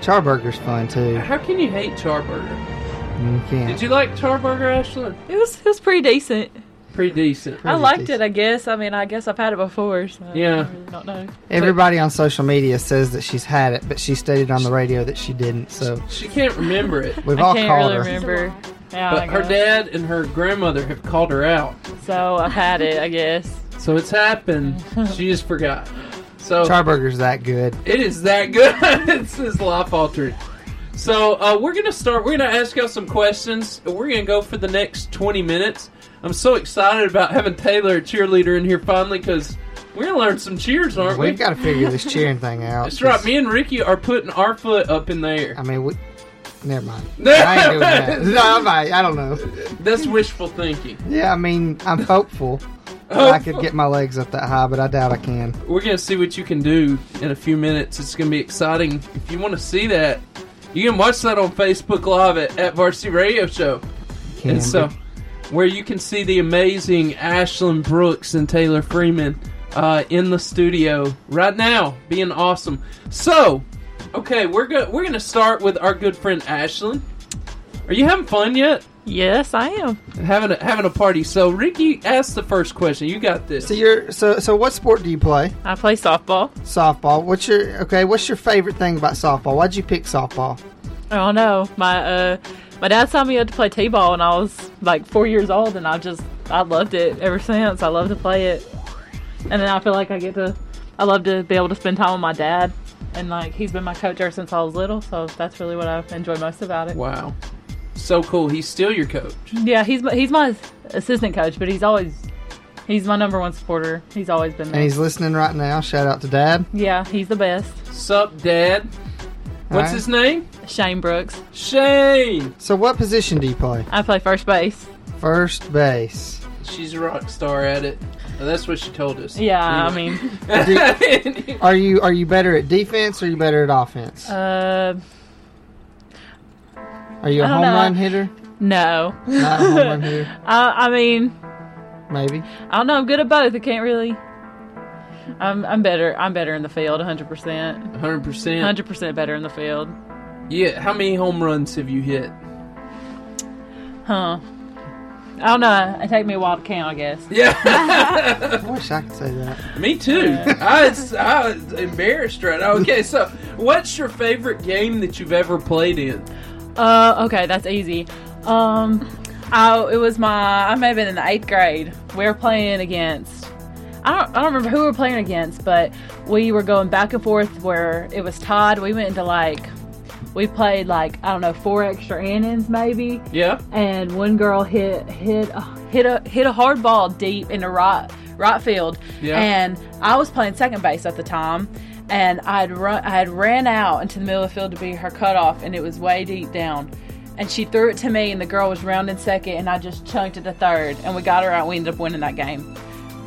[SPEAKER 9] Charburger's fun too.
[SPEAKER 8] How can you hate Charburger?
[SPEAKER 9] You can't.
[SPEAKER 8] Did you like Charburger, Ashley?
[SPEAKER 13] It was it was pretty decent.
[SPEAKER 8] Pretty decent.
[SPEAKER 13] I liked it. I guess. I mean, I guess I've had it before. So
[SPEAKER 8] Yeah.
[SPEAKER 13] I really don't know.
[SPEAKER 9] Everybody on social media says that she's had it, but she stated on the radio that she didn't. So
[SPEAKER 8] She can't remember it.
[SPEAKER 9] We've I all can't called really her.
[SPEAKER 13] remember. Yeah, I
[SPEAKER 8] but her
[SPEAKER 13] guess.
[SPEAKER 8] dad and her grandmother have called her out.
[SPEAKER 13] So I've had it. I guess.
[SPEAKER 8] So it's happened. She just forgot. So
[SPEAKER 9] Charburger's that good.
[SPEAKER 8] It is that good. it's it's life altering. So uh, we're gonna start. We're gonna ask y'all some questions. and We're gonna go for the next twenty minutes. I'm so excited about having Taylor, a cheerleader, in here finally because we're gonna learn some cheers, aren't we?
[SPEAKER 9] We've got to figure this cheering thing out.
[SPEAKER 8] That's right. Me and Ricky are putting our foot up in the air.
[SPEAKER 9] I mean, we, never mind. I ain't doing that. No, I'm not, I don't know.
[SPEAKER 8] That's wishful thinking.
[SPEAKER 9] Yeah, I mean, I'm hopeful that I could get my legs up that high, but I doubt I can.
[SPEAKER 8] We're gonna see what you can do in a few minutes. It's gonna be exciting. If you want to see that, you can watch that on Facebook Live at, at Varsity Radio Show.
[SPEAKER 9] Can
[SPEAKER 8] and so,
[SPEAKER 9] do.
[SPEAKER 8] where you can see the amazing Ashlyn Brooks and Taylor Freeman uh, in the studio right now, being awesome. So, okay, we're go- we're gonna start with our good friend Ashlyn. Are you having fun yet?
[SPEAKER 13] Yes, I am.
[SPEAKER 8] Having a, having a party. So, Ricky asked the first question. You got this.
[SPEAKER 9] So you're so so. What sport do you play?
[SPEAKER 13] I play softball.
[SPEAKER 9] Softball. What's your okay? What's your favorite thing about softball? Why'd you pick softball?
[SPEAKER 13] I don't know. My uh, my dad signed me up to play t-ball when I was like four years old, and I just I loved it ever since. I love to play it, and then I feel like I get to I love to be able to spend time with my dad, and like he's been my coach ever since I was little, so that's really what I enjoy most about it.
[SPEAKER 8] Wow, so cool. He's still your coach.
[SPEAKER 13] Yeah, he's my, he's my assistant coach, but he's always he's my number one supporter. He's always been
[SPEAKER 9] And
[SPEAKER 13] there.
[SPEAKER 9] he's listening right now. Shout out to Dad.
[SPEAKER 13] yeah, he's the best.
[SPEAKER 8] Sup, Dad? What's his name?
[SPEAKER 13] Shane Brooks.
[SPEAKER 8] Shane.
[SPEAKER 9] So what position do you play?
[SPEAKER 13] I play first base.
[SPEAKER 9] First base.
[SPEAKER 8] She's a rock star at it. Well, that's what she told us.
[SPEAKER 13] Yeah, I
[SPEAKER 8] Anyway.
[SPEAKER 13] mean.
[SPEAKER 9] Do- are you are you better at defense or are you better at offense?
[SPEAKER 13] Uh,
[SPEAKER 9] Are you a
[SPEAKER 13] I don't
[SPEAKER 9] home
[SPEAKER 13] know.
[SPEAKER 9] run hitter?
[SPEAKER 13] no.
[SPEAKER 9] Not a home run hitter,
[SPEAKER 13] I, I mean,
[SPEAKER 9] maybe.
[SPEAKER 13] I don't know. I'm good at both. I can't really. I'm I'm better. I'm better in the field, 100. percent
[SPEAKER 8] 100%.
[SPEAKER 13] 100 percent better in the field.
[SPEAKER 8] Yeah, how many home runs have you hit?
[SPEAKER 13] Huh. I don't know. It take me a while to count, I guess.
[SPEAKER 8] Yeah.
[SPEAKER 9] I wish I could say that.
[SPEAKER 8] Me too. I, was, I was embarrassed right now. Okay, so what's your favorite game that you've ever played in?
[SPEAKER 13] Uh, okay, that's easy. Um, I, it was my I may have been in the eighth grade. We were playing against. I don't, I don't remember who we were playing against, but we were going back and forth where it was tied. We went into like, we played like, I don't know, four extra innings maybe.
[SPEAKER 8] Yeah.
[SPEAKER 13] And one girl hit, hit, uh, hit a, hit a hard ball deep into right, right field.
[SPEAKER 12] Yeah.
[SPEAKER 13] And I was playing second base at the time, and I'd run, I had ran out into the middle of the field to be her cutoff, and it was way deep down. and she threw it to me, and the girl was rounding second, and I just chunked it to third, and we got her out. We ended up winning that game.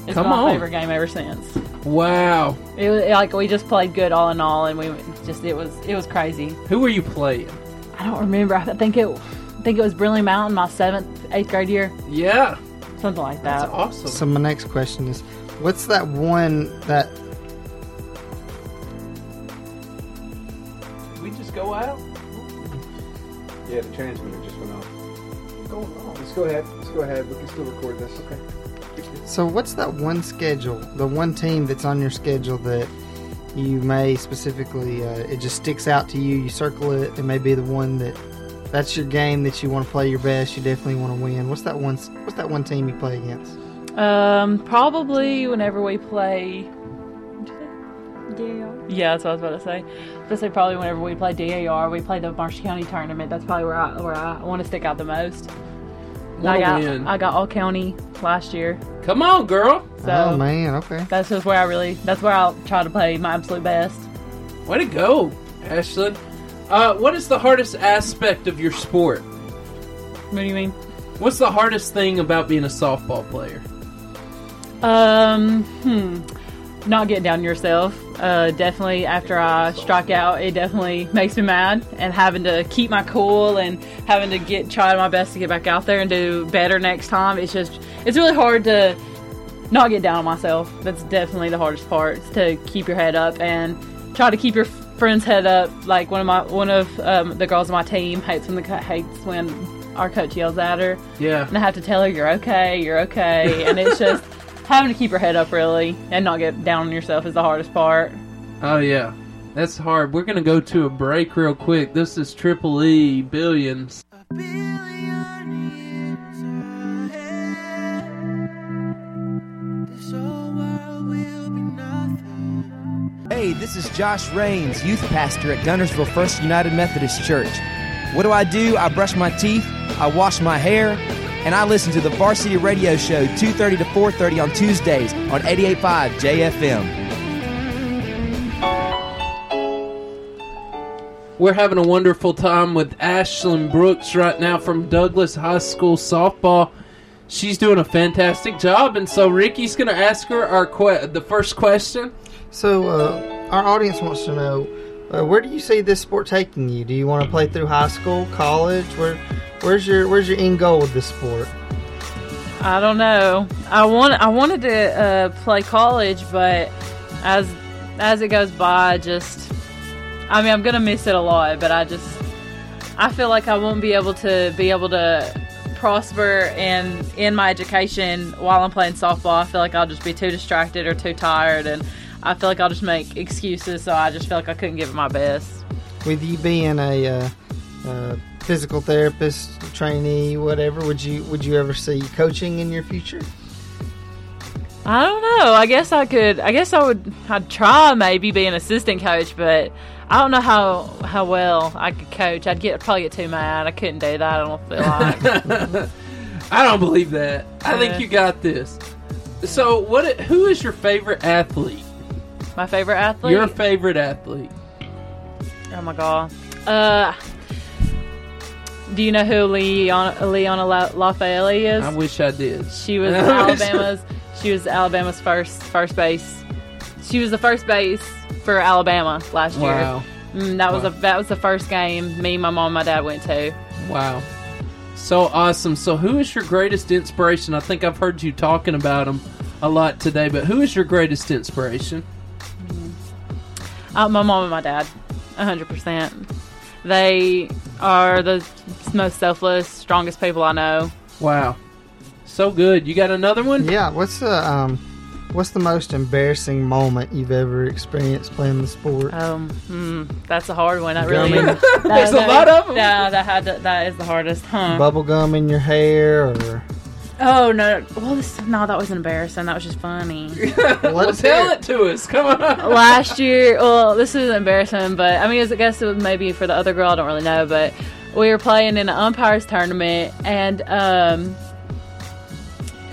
[SPEAKER 13] It's
[SPEAKER 8] Come
[SPEAKER 13] my
[SPEAKER 8] on.
[SPEAKER 13] favorite game ever since.
[SPEAKER 8] Wow.
[SPEAKER 13] It was, like we just played good all in all, and we just it was it was crazy.
[SPEAKER 8] Who were you playing?
[SPEAKER 13] I don't remember. I think it I think it was Brindley Mountain, my seventh eighth grade year.
[SPEAKER 8] Yeah,
[SPEAKER 13] something like that. That's
[SPEAKER 8] awesome.
[SPEAKER 9] So my next question is, what's that one that
[SPEAKER 8] We just go out.
[SPEAKER 10] Yeah, the transmitter just went off. Let's go ahead. Let's go ahead. We can still record this. Okay.
[SPEAKER 9] So what's that one schedule? The one team that's on your schedule that you may specifically uh, it just sticks out to you. You circle it. It may be the one that that's your game that you want to play your best. You definitely want to win. What's that one? s- What's that one team you play against?
[SPEAKER 13] Um, probably whenever we play.
[SPEAKER 17] DAR.
[SPEAKER 13] Yeah, that's what I was about to say. I was gonna say probably whenever we play DAR, we play the Marsh County tournament. That's probably where I where I want to stick out the most. And I
[SPEAKER 8] Wanna
[SPEAKER 13] got
[SPEAKER 8] win.
[SPEAKER 13] I got all county last year.
[SPEAKER 8] Come on, girl.
[SPEAKER 13] So
[SPEAKER 9] oh man, okay.
[SPEAKER 13] that's just where I really that's where I'll try to play my absolute best.
[SPEAKER 8] Way to go, Ashlyn. Uh, what is the hardest aspect of your sport? What
[SPEAKER 13] do you mean?
[SPEAKER 8] What's the hardest thing about being a softball player?
[SPEAKER 13] Um, hmm. Not getting down on yourself. Uh, definitely after I strike out, it definitely makes me mad. And having to keep my cool and having to get try my best to get back out there and do better next time. It's just it's really hard to not get down on myself. That's definitely the hardest part is to keep your head up and try to keep your f- friend's head up. Like one of my one of um, the girls on my team hates when the co- hates when our coach yells at her.
[SPEAKER 8] Yeah.
[SPEAKER 13] And I have to tell her you're okay, you're okay, and it's just having to keep your head up really and not get down on yourself is the hardest part.
[SPEAKER 8] Oh yeah, that's hard. We're gonna go to a break real quick. This is Triple E Billions.
[SPEAKER 18] Hey, this is Josh Rains, youth pastor at Gunnersville First United Methodist Church. What do I do? I brush my teeth, I wash my hair, and I listen to the Varsity Radio Show 2:30 to 4:30 on Tuesdays on 88.5 JFM.
[SPEAKER 8] We're having a wonderful time with Ashlyn Brooks right now from Douglas High School softball. She's doing a fantastic job, and so Ricky's gonna ask her our que- the first question.
[SPEAKER 9] So uh, our audience wants to know uh, where do you see this sport taking you? Do you want to play through high school, college? Where, where's your where's your end goal with this sport?
[SPEAKER 13] I don't know. I want I wanted to uh, play college, but as as it goes by, I just I mean I'm gonna miss it a lot. But I just I feel like I won't be able to be able to prosper and in my education while I'm playing softball. I feel like I'll just be too distracted or too tired, and I feel like I'll just make excuses. So I just feel like I couldn't give it my best.
[SPEAKER 9] With you being a uh, uh, physical therapist, trainee, whatever, would you would you ever see coaching in your future?
[SPEAKER 13] I don't know. I guess I could. I guess I would. I'd try maybe be an assistant coach, but I don't know how how well I could coach. I'd get probably get too mad. I couldn't do that. I don't feel like.
[SPEAKER 8] I don't believe that. I think you got this. So, what? Who is your favorite athlete?
[SPEAKER 13] My favorite athlete.
[SPEAKER 8] Your favorite athlete?
[SPEAKER 13] oh my god. Uh, do you know who Leon, Leona La- LaFayette is?
[SPEAKER 8] I wish I did.
[SPEAKER 13] She was Alabama's. She was Alabama's first first base. She was the first base for Alabama last
[SPEAKER 8] Wow.
[SPEAKER 13] year. Mm, that was
[SPEAKER 8] Wow.
[SPEAKER 13] a that was the first game me, my mom, and my dad went to.
[SPEAKER 8] Wow. So awesome. So, who is your greatest inspiration? I think I've heard you talking about him a lot today, but who is your greatest inspiration?
[SPEAKER 13] Uh, my mom and my dad, hundred percent. They are the most selfless, strongest people I know.
[SPEAKER 8] Wow. So good. You got another one?
[SPEAKER 9] Yeah. What's the um, what's the most embarrassing moment you've ever experienced playing the sport?
[SPEAKER 13] Um, mm, that's a hard one. That
[SPEAKER 9] Yeah, I
[SPEAKER 13] really.
[SPEAKER 9] mean-
[SPEAKER 13] that-
[SPEAKER 9] There's a
[SPEAKER 13] that-
[SPEAKER 9] lot of 'em.
[SPEAKER 13] Yeah, that had to, that is the hardest, huh?
[SPEAKER 9] Bubble gum in your hair, or
[SPEAKER 13] Oh no! Well, this, no, that was embarrassing. That was just funny.
[SPEAKER 8] well, tell it to us. Come on.
[SPEAKER 13] Oh. Last year, well, this is embarrassing, but I mean, it was- I guess it was maybe for the other girl. I don't really know, but we were playing in an umpires tournament, and um,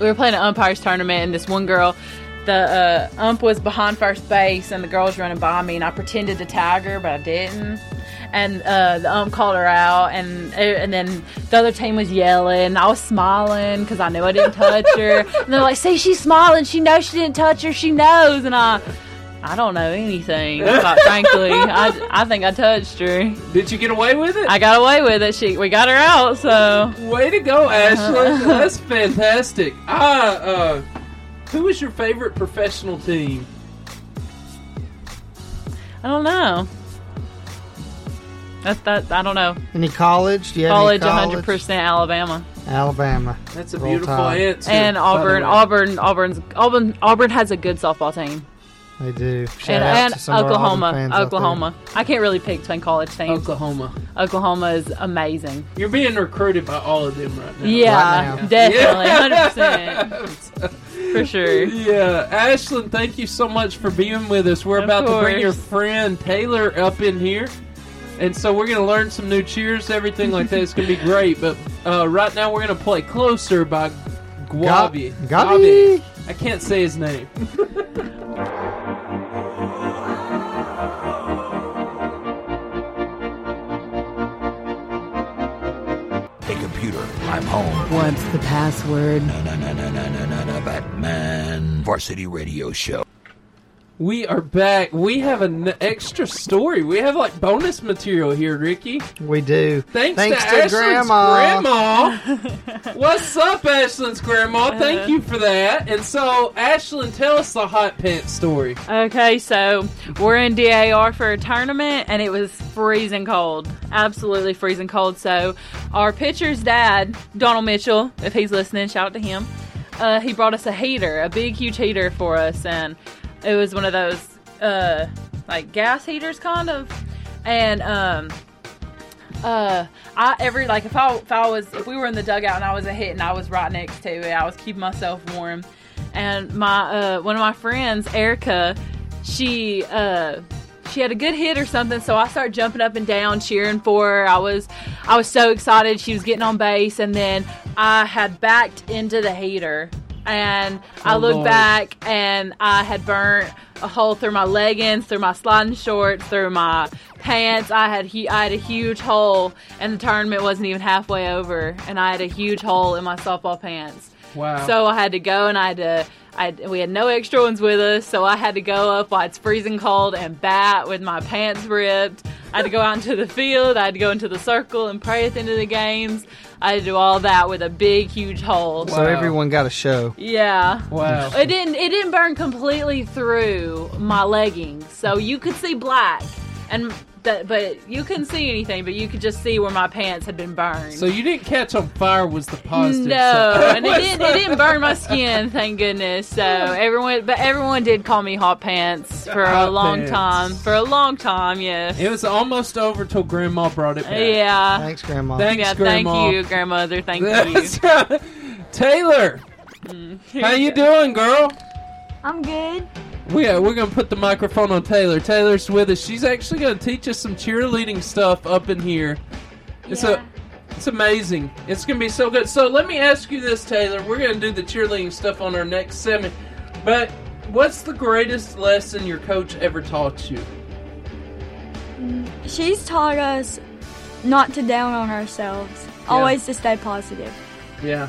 [SPEAKER 13] we were playing an umpires tournament, and this one girl, the uh, ump was behind first base, and the girl was running by me, and I pretended to tag her, but I didn't. and uh, the um called her out, and er, and then the other team was yelling. I was smiling because I knew I didn't touch her, and they're like, "See, she's smiling. She knows she didn't touch her. She knows." And I, I don't know anything. Quite frankly, I, I think I touched her.
[SPEAKER 8] Did you get away with it?
[SPEAKER 13] I got away with it. She, we got her out. So
[SPEAKER 8] way to
[SPEAKER 13] Uh-huh.
[SPEAKER 8] go, Ashlyn. That's fantastic. I, uh, who is your favorite professional team?
[SPEAKER 13] I don't know. That that I don't know.
[SPEAKER 9] Any college? Do you have any
[SPEAKER 13] College, one
[SPEAKER 9] college?
[SPEAKER 13] hundred percent Alabama.
[SPEAKER 9] Alabama.
[SPEAKER 8] That's
[SPEAKER 9] Roll Tide.
[SPEAKER 13] And Auburn, Auburn, Auburn's Auburn, Auburn has a good softball team.
[SPEAKER 9] They do. Shout
[SPEAKER 13] and
[SPEAKER 9] out
[SPEAKER 13] and
[SPEAKER 9] to some of our Auburn
[SPEAKER 13] Oklahoma,
[SPEAKER 9] fans out there.
[SPEAKER 13] Oklahoma. I can't really pick between college teams.
[SPEAKER 8] Oklahoma,
[SPEAKER 13] Oklahoma is amazing.
[SPEAKER 8] You're being recruited by all of them right now.
[SPEAKER 13] Yeah,
[SPEAKER 8] Right now.
[SPEAKER 13] definitely,
[SPEAKER 8] Yeah.
[SPEAKER 13] hundred percent, for sure.
[SPEAKER 8] Yeah, Ashlyn, thank you so much for being with us. We're about to bring
[SPEAKER 13] course.
[SPEAKER 8] your friend Taylor up in here. And so we're going to learn some new cheers, everything like that. It's going to be great. But uh, right now we're going to play Closer by Guavi.
[SPEAKER 9] Gabi. Gabi.
[SPEAKER 8] I can't say his name.
[SPEAKER 1] Hey, computer, I'm home.
[SPEAKER 19] What's the password?
[SPEAKER 1] Na na na na na na na na Batman Varsity Radio Show.
[SPEAKER 8] We are back. We have an extra story. We have like bonus material here, Ricky.
[SPEAKER 9] We do.
[SPEAKER 8] Thanks,
[SPEAKER 9] Thanks
[SPEAKER 8] to,
[SPEAKER 9] to
[SPEAKER 8] Ashlyn's
[SPEAKER 9] Grandma.
[SPEAKER 8] grandma. What's up, Ashlyn's grandma?
[SPEAKER 13] Uh-huh.
[SPEAKER 8] Thank you for that. And so, Ashlyn, tell us the hot pants story.
[SPEAKER 13] Okay, so we're in DAR for a tournament, and it was freezing cold, absolutely freezing cold. So our pitcher's dad, Donald Mitchell, if he's listening, shout out to him. Uh, he brought us a heater, a big, huge heater for us, and it was one of those uh, like gas heaters, kind of. And um, uh, I every like if I if I was if we were in the dugout and I was a hit and I was right next to it, I was keeping myself warm. And my uh, one of my friends, Erica, she uh, she had a good hit or something, so I started jumping up and down, cheering for her. I was I was so excited. She was getting on base, and then I had backed into the heater, and I
[SPEAKER 12] Oh,
[SPEAKER 13] looked
[SPEAKER 12] Lord.
[SPEAKER 13] back and I had burnt a hole through my leggings, through my sliding shorts, through my pants. I had hu- I had a huge hole, and the tournament wasn't even halfway over, and I had a huge hole in my softball pants.
[SPEAKER 8] Wow.
[SPEAKER 13] So I had to go and I had to. I had- we had no extra ones with us, so I had to go up while it's freezing cold and bat with my pants ripped. I had to go out into the field. I had to go into the circle and pray at the end of the games. I had to do all that with a big, huge hole.
[SPEAKER 9] So everyone got a show.
[SPEAKER 13] Yeah.
[SPEAKER 9] Wow.
[SPEAKER 13] It didn't it didn't burn completely through my leggings. So you could see black and that but you couldn't see anything, but you could just see where my pants had been burned.
[SPEAKER 8] So you didn't catch on fire was the positive.
[SPEAKER 13] no,
[SPEAKER 8] side.
[SPEAKER 13] and it didn't, it didn't burn my skin, thank goodness. So everyone, but everyone did call me hot pants for
[SPEAKER 8] Hot
[SPEAKER 13] a long
[SPEAKER 8] pants.
[SPEAKER 13] time. For a long time, yes.
[SPEAKER 8] It was almost over till Grandma brought it back.
[SPEAKER 13] Yeah.
[SPEAKER 9] Thanks, Grandma.
[SPEAKER 8] Thanks,
[SPEAKER 13] yeah,
[SPEAKER 8] Grandma.
[SPEAKER 13] Thank you, grandmother. Thank
[SPEAKER 8] That's
[SPEAKER 13] you.
[SPEAKER 8] right. Taylor,
[SPEAKER 13] Mm,
[SPEAKER 8] how you doing, girl?
[SPEAKER 17] I'm good.
[SPEAKER 8] We are, we're gonna put the microphone on Taylor. Taylor's with us. She's actually gonna teach us some cheerleading stuff up in here. It's a, it's amazing. It's gonna be so good. So let me ask you this, Taylor. We're gonna do the cheerleading stuff on our next segment. But what's the greatest lesson your coach ever taught you?
[SPEAKER 17] She's taught us not to down on ourselves, always to stay positive.
[SPEAKER 8] Yeah,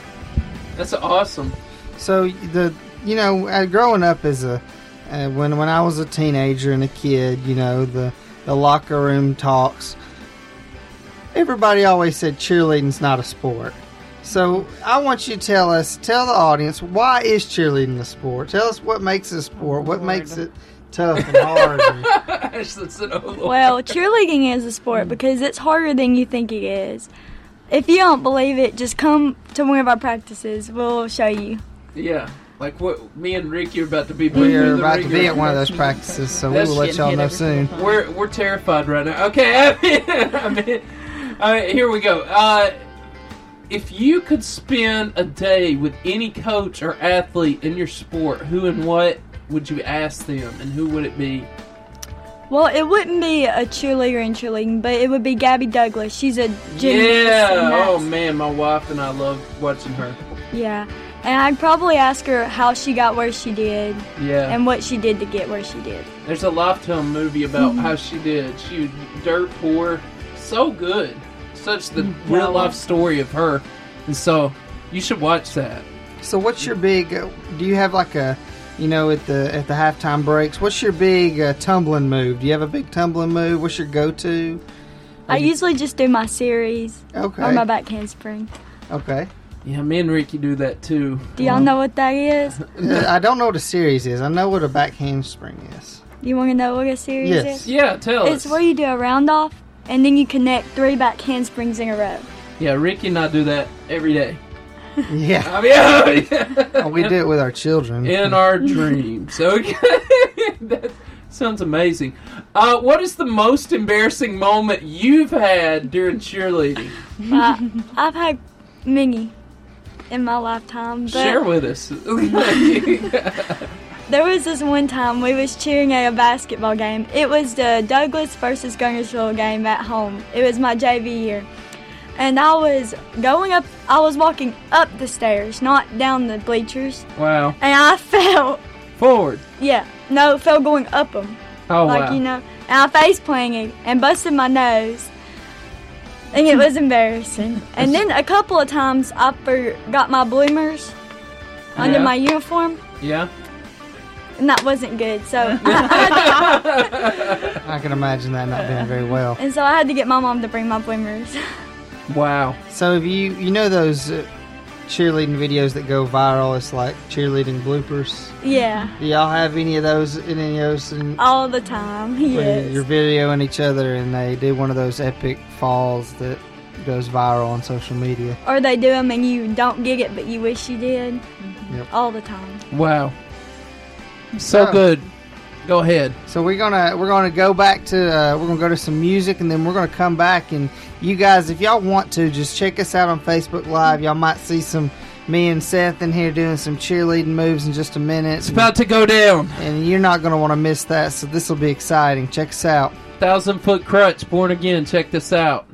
[SPEAKER 8] that's awesome.
[SPEAKER 9] So the you know uh, growing up as a uh, when when I was a teenager and a kid, you know the the locker room talks. Everybody always said cheerleading's not a sport. So I want you to tell us, tell the audience, why is cheerleading a sport? Tell us what makes it a sport, what makes it tough and hard.
[SPEAKER 8] Ashlyn said, "Oh, Lord."
[SPEAKER 17] Well, cheerleading is a
[SPEAKER 8] Mm.
[SPEAKER 17] sport because it's harder than you think it is. If you don't believe it, just come to one of our practices. We'll show you.
[SPEAKER 8] Yeah, like what me and Ricky are about to be.
[SPEAKER 9] we
[SPEAKER 8] putting
[SPEAKER 9] are
[SPEAKER 8] in the
[SPEAKER 9] about to be
[SPEAKER 8] ringer.
[SPEAKER 9] at one of those practices, so we
[SPEAKER 8] Mm-hmm. That's
[SPEAKER 9] will let
[SPEAKER 8] getting
[SPEAKER 9] y'all
[SPEAKER 8] hit
[SPEAKER 9] know
[SPEAKER 8] every
[SPEAKER 9] soon.
[SPEAKER 8] We're we're terrified right now. Okay, I mean, I mean, all right, here we go. Uh, if you could spend a day with any coach or athlete in your sport, who and what would you ask them, and who would it be?
[SPEAKER 17] Well, it wouldn't be a cheerleader in cheerleading, but it would be Gabby Douglas. She's a gymnast.
[SPEAKER 8] yeah.
[SPEAKER 17] and
[SPEAKER 8] Oh
[SPEAKER 17] that's-
[SPEAKER 8] man, my wife and I love watching her.
[SPEAKER 17] Yeah. And I'd probably ask her how she got where she did
[SPEAKER 8] Yeah.
[SPEAKER 17] and what she did to get where she did. Mm-hmm.
[SPEAKER 8] There's a Lifetime movie about how she did. She was dirt poor, so good. Such the
[SPEAKER 17] Mm-hmm.
[SPEAKER 8] real life story of her, and so you should watch that.
[SPEAKER 9] So what's your big? uh, Do you have like a, you know, at the at the halftime breaks? What's your big uh, tumbling move? Do you have a big tumbling move? What's your go-to?
[SPEAKER 17] I usually just do my series
[SPEAKER 9] Okay.
[SPEAKER 17] or my back handspring.
[SPEAKER 9] Okay.
[SPEAKER 8] Yeah, me and Ricky do that too.
[SPEAKER 17] Do y'all know what that is?
[SPEAKER 9] Uh, I don't know what a series is. I know what a back handspring is.
[SPEAKER 17] You want to know what a series
[SPEAKER 9] Yes.
[SPEAKER 17] is?
[SPEAKER 8] Yeah, tell
[SPEAKER 17] It's
[SPEAKER 8] us.
[SPEAKER 17] where you do a round off and then you connect three back handsprings in a row.
[SPEAKER 8] Yeah, Ricky and I do that every day.
[SPEAKER 9] Yeah.
[SPEAKER 8] I mean,
[SPEAKER 9] we do it with our children.
[SPEAKER 8] in our dreams. Okay, that sounds amazing. Uh, what is the most embarrassing moment you've had during cheerleading?
[SPEAKER 17] Uh, I've had many in my lifetime. But
[SPEAKER 8] Share with us.
[SPEAKER 17] There was this one time we was cheering at a basketball game. It was the Douglas versus Gunnersville game at home. It was my JV year. And I was going up, I was walking up the stairs, not down the bleachers.
[SPEAKER 8] wow.
[SPEAKER 17] And I fell,
[SPEAKER 8] Forward.
[SPEAKER 17] yeah, no, fell going up them.
[SPEAKER 8] Oh,
[SPEAKER 17] like,
[SPEAKER 8] wow.
[SPEAKER 17] you know, and I face planted and busted my nose. And it was embarrassing. And then a couple of times I forgot my bloomers under
[SPEAKER 8] Yeah.
[SPEAKER 17] my uniform.
[SPEAKER 8] Yeah.
[SPEAKER 17] And that wasn't good. So I, I had to,
[SPEAKER 9] I can imagine that not being very well.
[SPEAKER 17] and so I had to get my mom to bring my bloomers.
[SPEAKER 8] Wow.
[SPEAKER 9] So if you you know those uh, cheerleading videos that go viral, it's like cheerleading bloopers.
[SPEAKER 17] yeah,
[SPEAKER 9] Do y'all have any of those? Any of those? In,
[SPEAKER 17] all the time.
[SPEAKER 9] where
[SPEAKER 17] Yes.
[SPEAKER 9] You're videoing each other, and they do one of those epic falls that goes viral on social media.
[SPEAKER 17] Or they do them and you don't get it, but you wish you did.
[SPEAKER 8] Mm-hmm.
[SPEAKER 9] Yep.
[SPEAKER 17] All the time.
[SPEAKER 8] Wow. So good. Go ahead.
[SPEAKER 9] So we're gonna we're gonna go back to uh, we're gonna go to some music, and then we're gonna come back. And you guys, if y'all want to, just check us out on Facebook Live. Y'all might see some me and Seth in here doing some cheerleading moves in just a minute. It's
[SPEAKER 8] about to go down,
[SPEAKER 9] and you're not gonna want to miss that. So this will be exciting. Check us out.
[SPEAKER 8] Thousand Foot Crutch, Born Again. Check this out.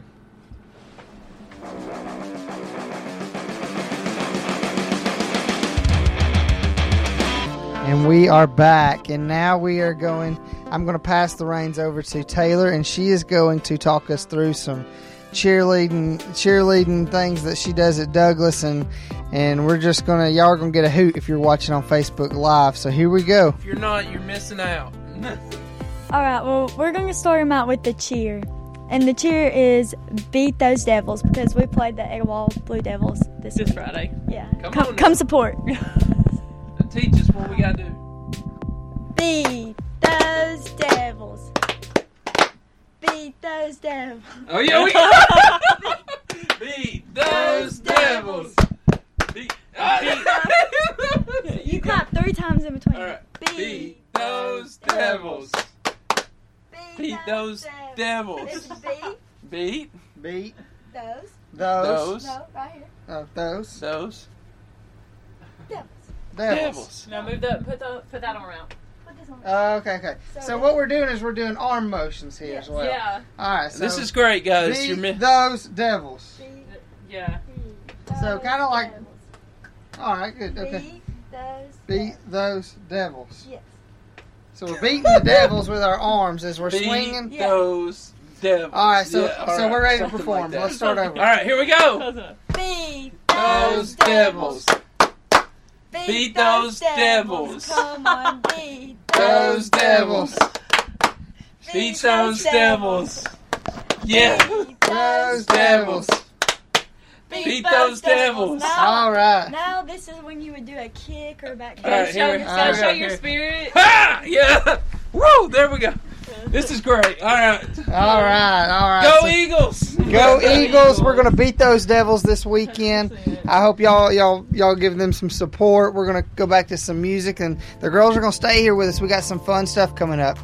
[SPEAKER 9] And we are back, and now we are going. I'm going to pass the reins over to Taylor, and she is going to talk us through some cheerleading cheerleading things that she does at Douglas, and and we're just gonna y'all are gonna get a hoot if you're watching on Facebook Live. So here we go.
[SPEAKER 8] If you're not, you're missing out.
[SPEAKER 17] All right, well, we're going to start them out with the cheer. And the cheer is beat those devils because we played the Edgewall Blue Devils this, this
[SPEAKER 13] Friday.
[SPEAKER 17] Yeah. Come, come, support.
[SPEAKER 8] Teach us what we gotta do.
[SPEAKER 17] beat those devils. Beat those devils.
[SPEAKER 8] Oh yeah, we beat those devils. uh,
[SPEAKER 17] You clap three times in between.
[SPEAKER 8] Beat those devils. Beat those devils. Beat
[SPEAKER 9] beat
[SPEAKER 17] Those.
[SPEAKER 9] Those. Uh,
[SPEAKER 17] No, right here.
[SPEAKER 9] those
[SPEAKER 8] those
[SPEAKER 17] Devils.
[SPEAKER 9] devils.
[SPEAKER 13] Now move that. Put that. Put that on around.
[SPEAKER 9] Uh, okay, okay. So, what we're doing is we're doing arm motions here as well.
[SPEAKER 13] Yeah.
[SPEAKER 9] All right. So
[SPEAKER 8] This is great, guys.
[SPEAKER 9] beat
[SPEAKER 8] You're mi-
[SPEAKER 9] those devils.
[SPEAKER 13] Yeah.
[SPEAKER 9] So kind of like. All right. Good. Okay.
[SPEAKER 17] Those.
[SPEAKER 9] Beat those devils.
[SPEAKER 17] Yes.
[SPEAKER 9] So we're beating the devils with our arms as we're
[SPEAKER 8] Beat
[SPEAKER 9] swinging.
[SPEAKER 8] those devils.
[SPEAKER 9] All right, so-
[SPEAKER 8] Yeah,
[SPEAKER 9] so we're ready to
[SPEAKER 8] Something
[SPEAKER 9] perform.
[SPEAKER 8] that.
[SPEAKER 9] Let's start over.
[SPEAKER 8] All right, here we go.
[SPEAKER 17] Beat
[SPEAKER 8] Those devils. Beat those devils.
[SPEAKER 17] Come on, beat
[SPEAKER 8] Those devils. Beat those devils. Yeah.
[SPEAKER 9] Those devils.
[SPEAKER 8] Beat those devils.
[SPEAKER 9] All right.
[SPEAKER 17] Now this is when you would do a kick or a back.
[SPEAKER 8] All right, here we-
[SPEAKER 13] Gotta
[SPEAKER 8] okay,
[SPEAKER 13] show your
[SPEAKER 8] here.
[SPEAKER 13] spirit.
[SPEAKER 8] Ah, yeah. Woo, there we go. This is great. All right.
[SPEAKER 9] All right, all right.
[SPEAKER 8] Go
[SPEAKER 9] So-
[SPEAKER 8] Eagles.
[SPEAKER 9] Go Eagles! We're gonna beat those devils this weekend. I hope y'all y'all y'all give them some support. We're gonna go back to some music, and the girls are gonna stay here with us. We got some fun stuff coming up.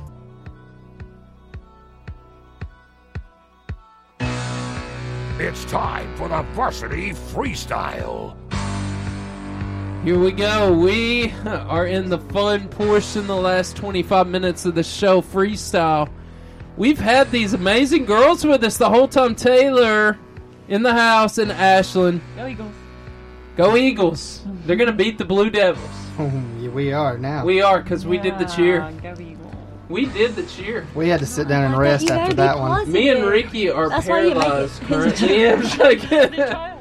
[SPEAKER 1] It's time for the varsity freestyle.
[SPEAKER 8] Here we go. We are in the fun portion, the last 25 minutes of the show freestyle. We've had these amazing girls with us the whole time. Taylor in the house and Ashland.
[SPEAKER 13] Go Eagles.
[SPEAKER 8] Go Eagles. They're going to beat the Blue Devils.
[SPEAKER 9] yeah, we are now.
[SPEAKER 8] We are because we did the cheer.
[SPEAKER 13] Ah, Go Eagles.
[SPEAKER 8] We did the cheer.
[SPEAKER 9] We had to sit down and rest
[SPEAKER 8] Oh you
[SPEAKER 9] after
[SPEAKER 8] better
[SPEAKER 9] that
[SPEAKER 8] be
[SPEAKER 9] one.
[SPEAKER 8] Me and Ricky are
[SPEAKER 9] That's why you make it.
[SPEAKER 8] paralyzed currently. Yeah, I'm trying to get-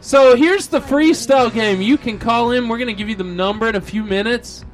[SPEAKER 8] so here's the freestyle game. You can call in. We're going to give you the number in a few minutes.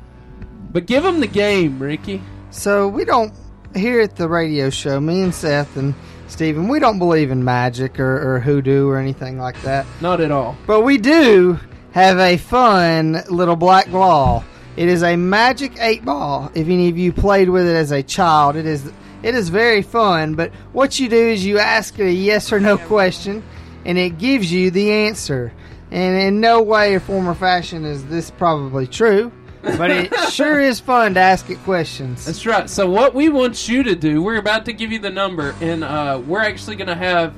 [SPEAKER 8] But give them the game, Ricky.
[SPEAKER 9] So we don't here at the radio show. Me and Seth and Stephen, we don't believe in magic or, or hoodoo or anything like that.
[SPEAKER 8] Not at all.
[SPEAKER 9] But we do have a fun little black ball. It is a magic eight ball. If any of you played with it as a child, it is it is very fun. But what you do is you ask it a yes or no question, and it gives you the answer. And in no way or form or fashion is this probably true, but it sure is fun to ask it questions.
[SPEAKER 8] That's right. So what we want you to do, we're about to give you the number, and uh, we're actually going to have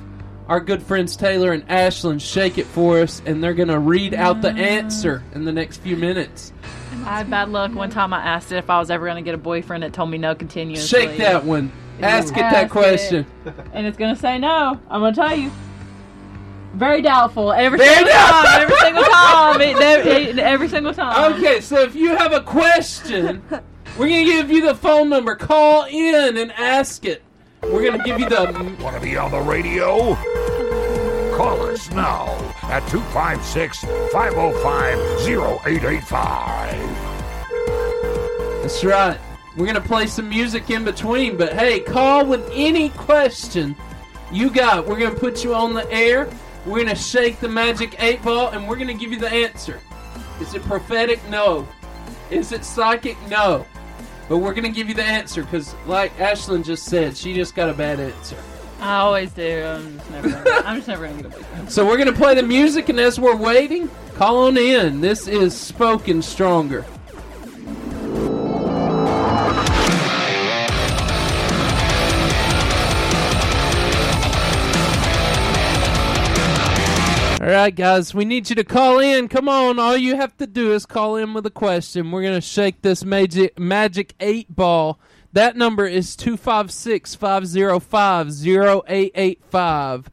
[SPEAKER 8] our good friends Taylor and Ashlyn shake it for us, and they're going to read out
[SPEAKER 9] Mm.
[SPEAKER 8] the answer in the next few minutes.
[SPEAKER 13] I had bad luck. One time I asked it if I was ever going to get a boyfriend. It told me no continuously.
[SPEAKER 8] Shake that one.
[SPEAKER 13] It
[SPEAKER 8] Ask it
[SPEAKER 13] asked
[SPEAKER 8] that
[SPEAKER 13] it.
[SPEAKER 8] question.
[SPEAKER 13] And it's going to say no. I'm going to tell you. Very doubtful. Every
[SPEAKER 8] Very
[SPEAKER 13] single
[SPEAKER 8] doubtful.
[SPEAKER 13] time. Every single time. It, never- it- every single time.
[SPEAKER 8] Okay, so if you have a question, we're going to give you the phone number. Call in and ask it. We're going to give you the.
[SPEAKER 1] Want to be on the radio? Call us now at 256 505 0885.
[SPEAKER 8] That's right. We're going to play some music in between, but hey, call with any question you got. We're going to put you on the air. We're going to shake the magic eight ball and we're going to give you the answer. Is it prophetic? No. Is it psychic? No. But we're going to give you the answer because, like Ashlyn just said, she just got a bad answer.
[SPEAKER 13] I always do. I'm just never. Gonna, I'm just never going to get a boyfriend.
[SPEAKER 8] So we're going to play the music, and as we're waiting, call on in. This is Spoken Stronger. All right, guys, we need you to call in. Come on, all you have to do is call in with a question. We're going to shake this magic, magic eight ball. That number is 256 505 0885.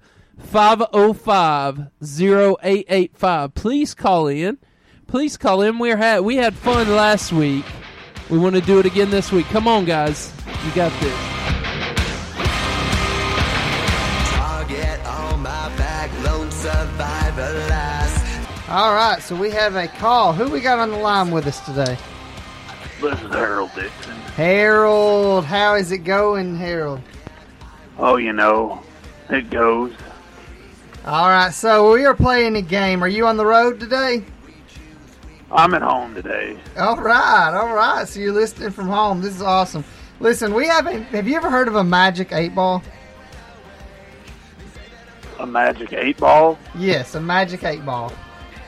[SPEAKER 8] 505 0885. Please call in. Please call in. We had we had fun last week. We want to do it again this week. Come on, guys. You got this.
[SPEAKER 16] I'll get on my back, lone survivor last.
[SPEAKER 9] All right, so we have a call. Who we got on the line with us today?
[SPEAKER 19] This is Harold Dixon.
[SPEAKER 9] Harold, how is it going, Harold?
[SPEAKER 19] Oh, you know, it goes.
[SPEAKER 9] All right, so we are playing a game. Are you on the road today?
[SPEAKER 19] I'm at home today.
[SPEAKER 9] All right, all right. So you're listening from home. This is awesome. Listen, we haven't. Have you ever heard of a magic eight ball?
[SPEAKER 19] A magic eight ball.
[SPEAKER 9] Yes, a magic eight ball.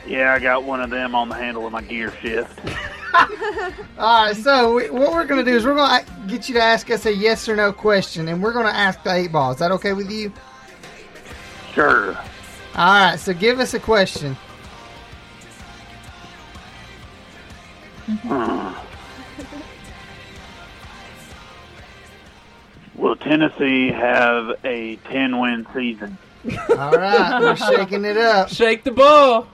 [SPEAKER 19] Yeah, I got one of them on the handle of my gear shift.
[SPEAKER 9] All right, so we, what we're going to do is we're going to get you to ask us a yes or no question, and we're going to ask the eight ball. Is that okay with you?
[SPEAKER 19] Sure.
[SPEAKER 9] All right, so give us a question.
[SPEAKER 19] Will Tennessee have a 10 win season?
[SPEAKER 9] All right, we're shaking it up.
[SPEAKER 8] Shake the ball.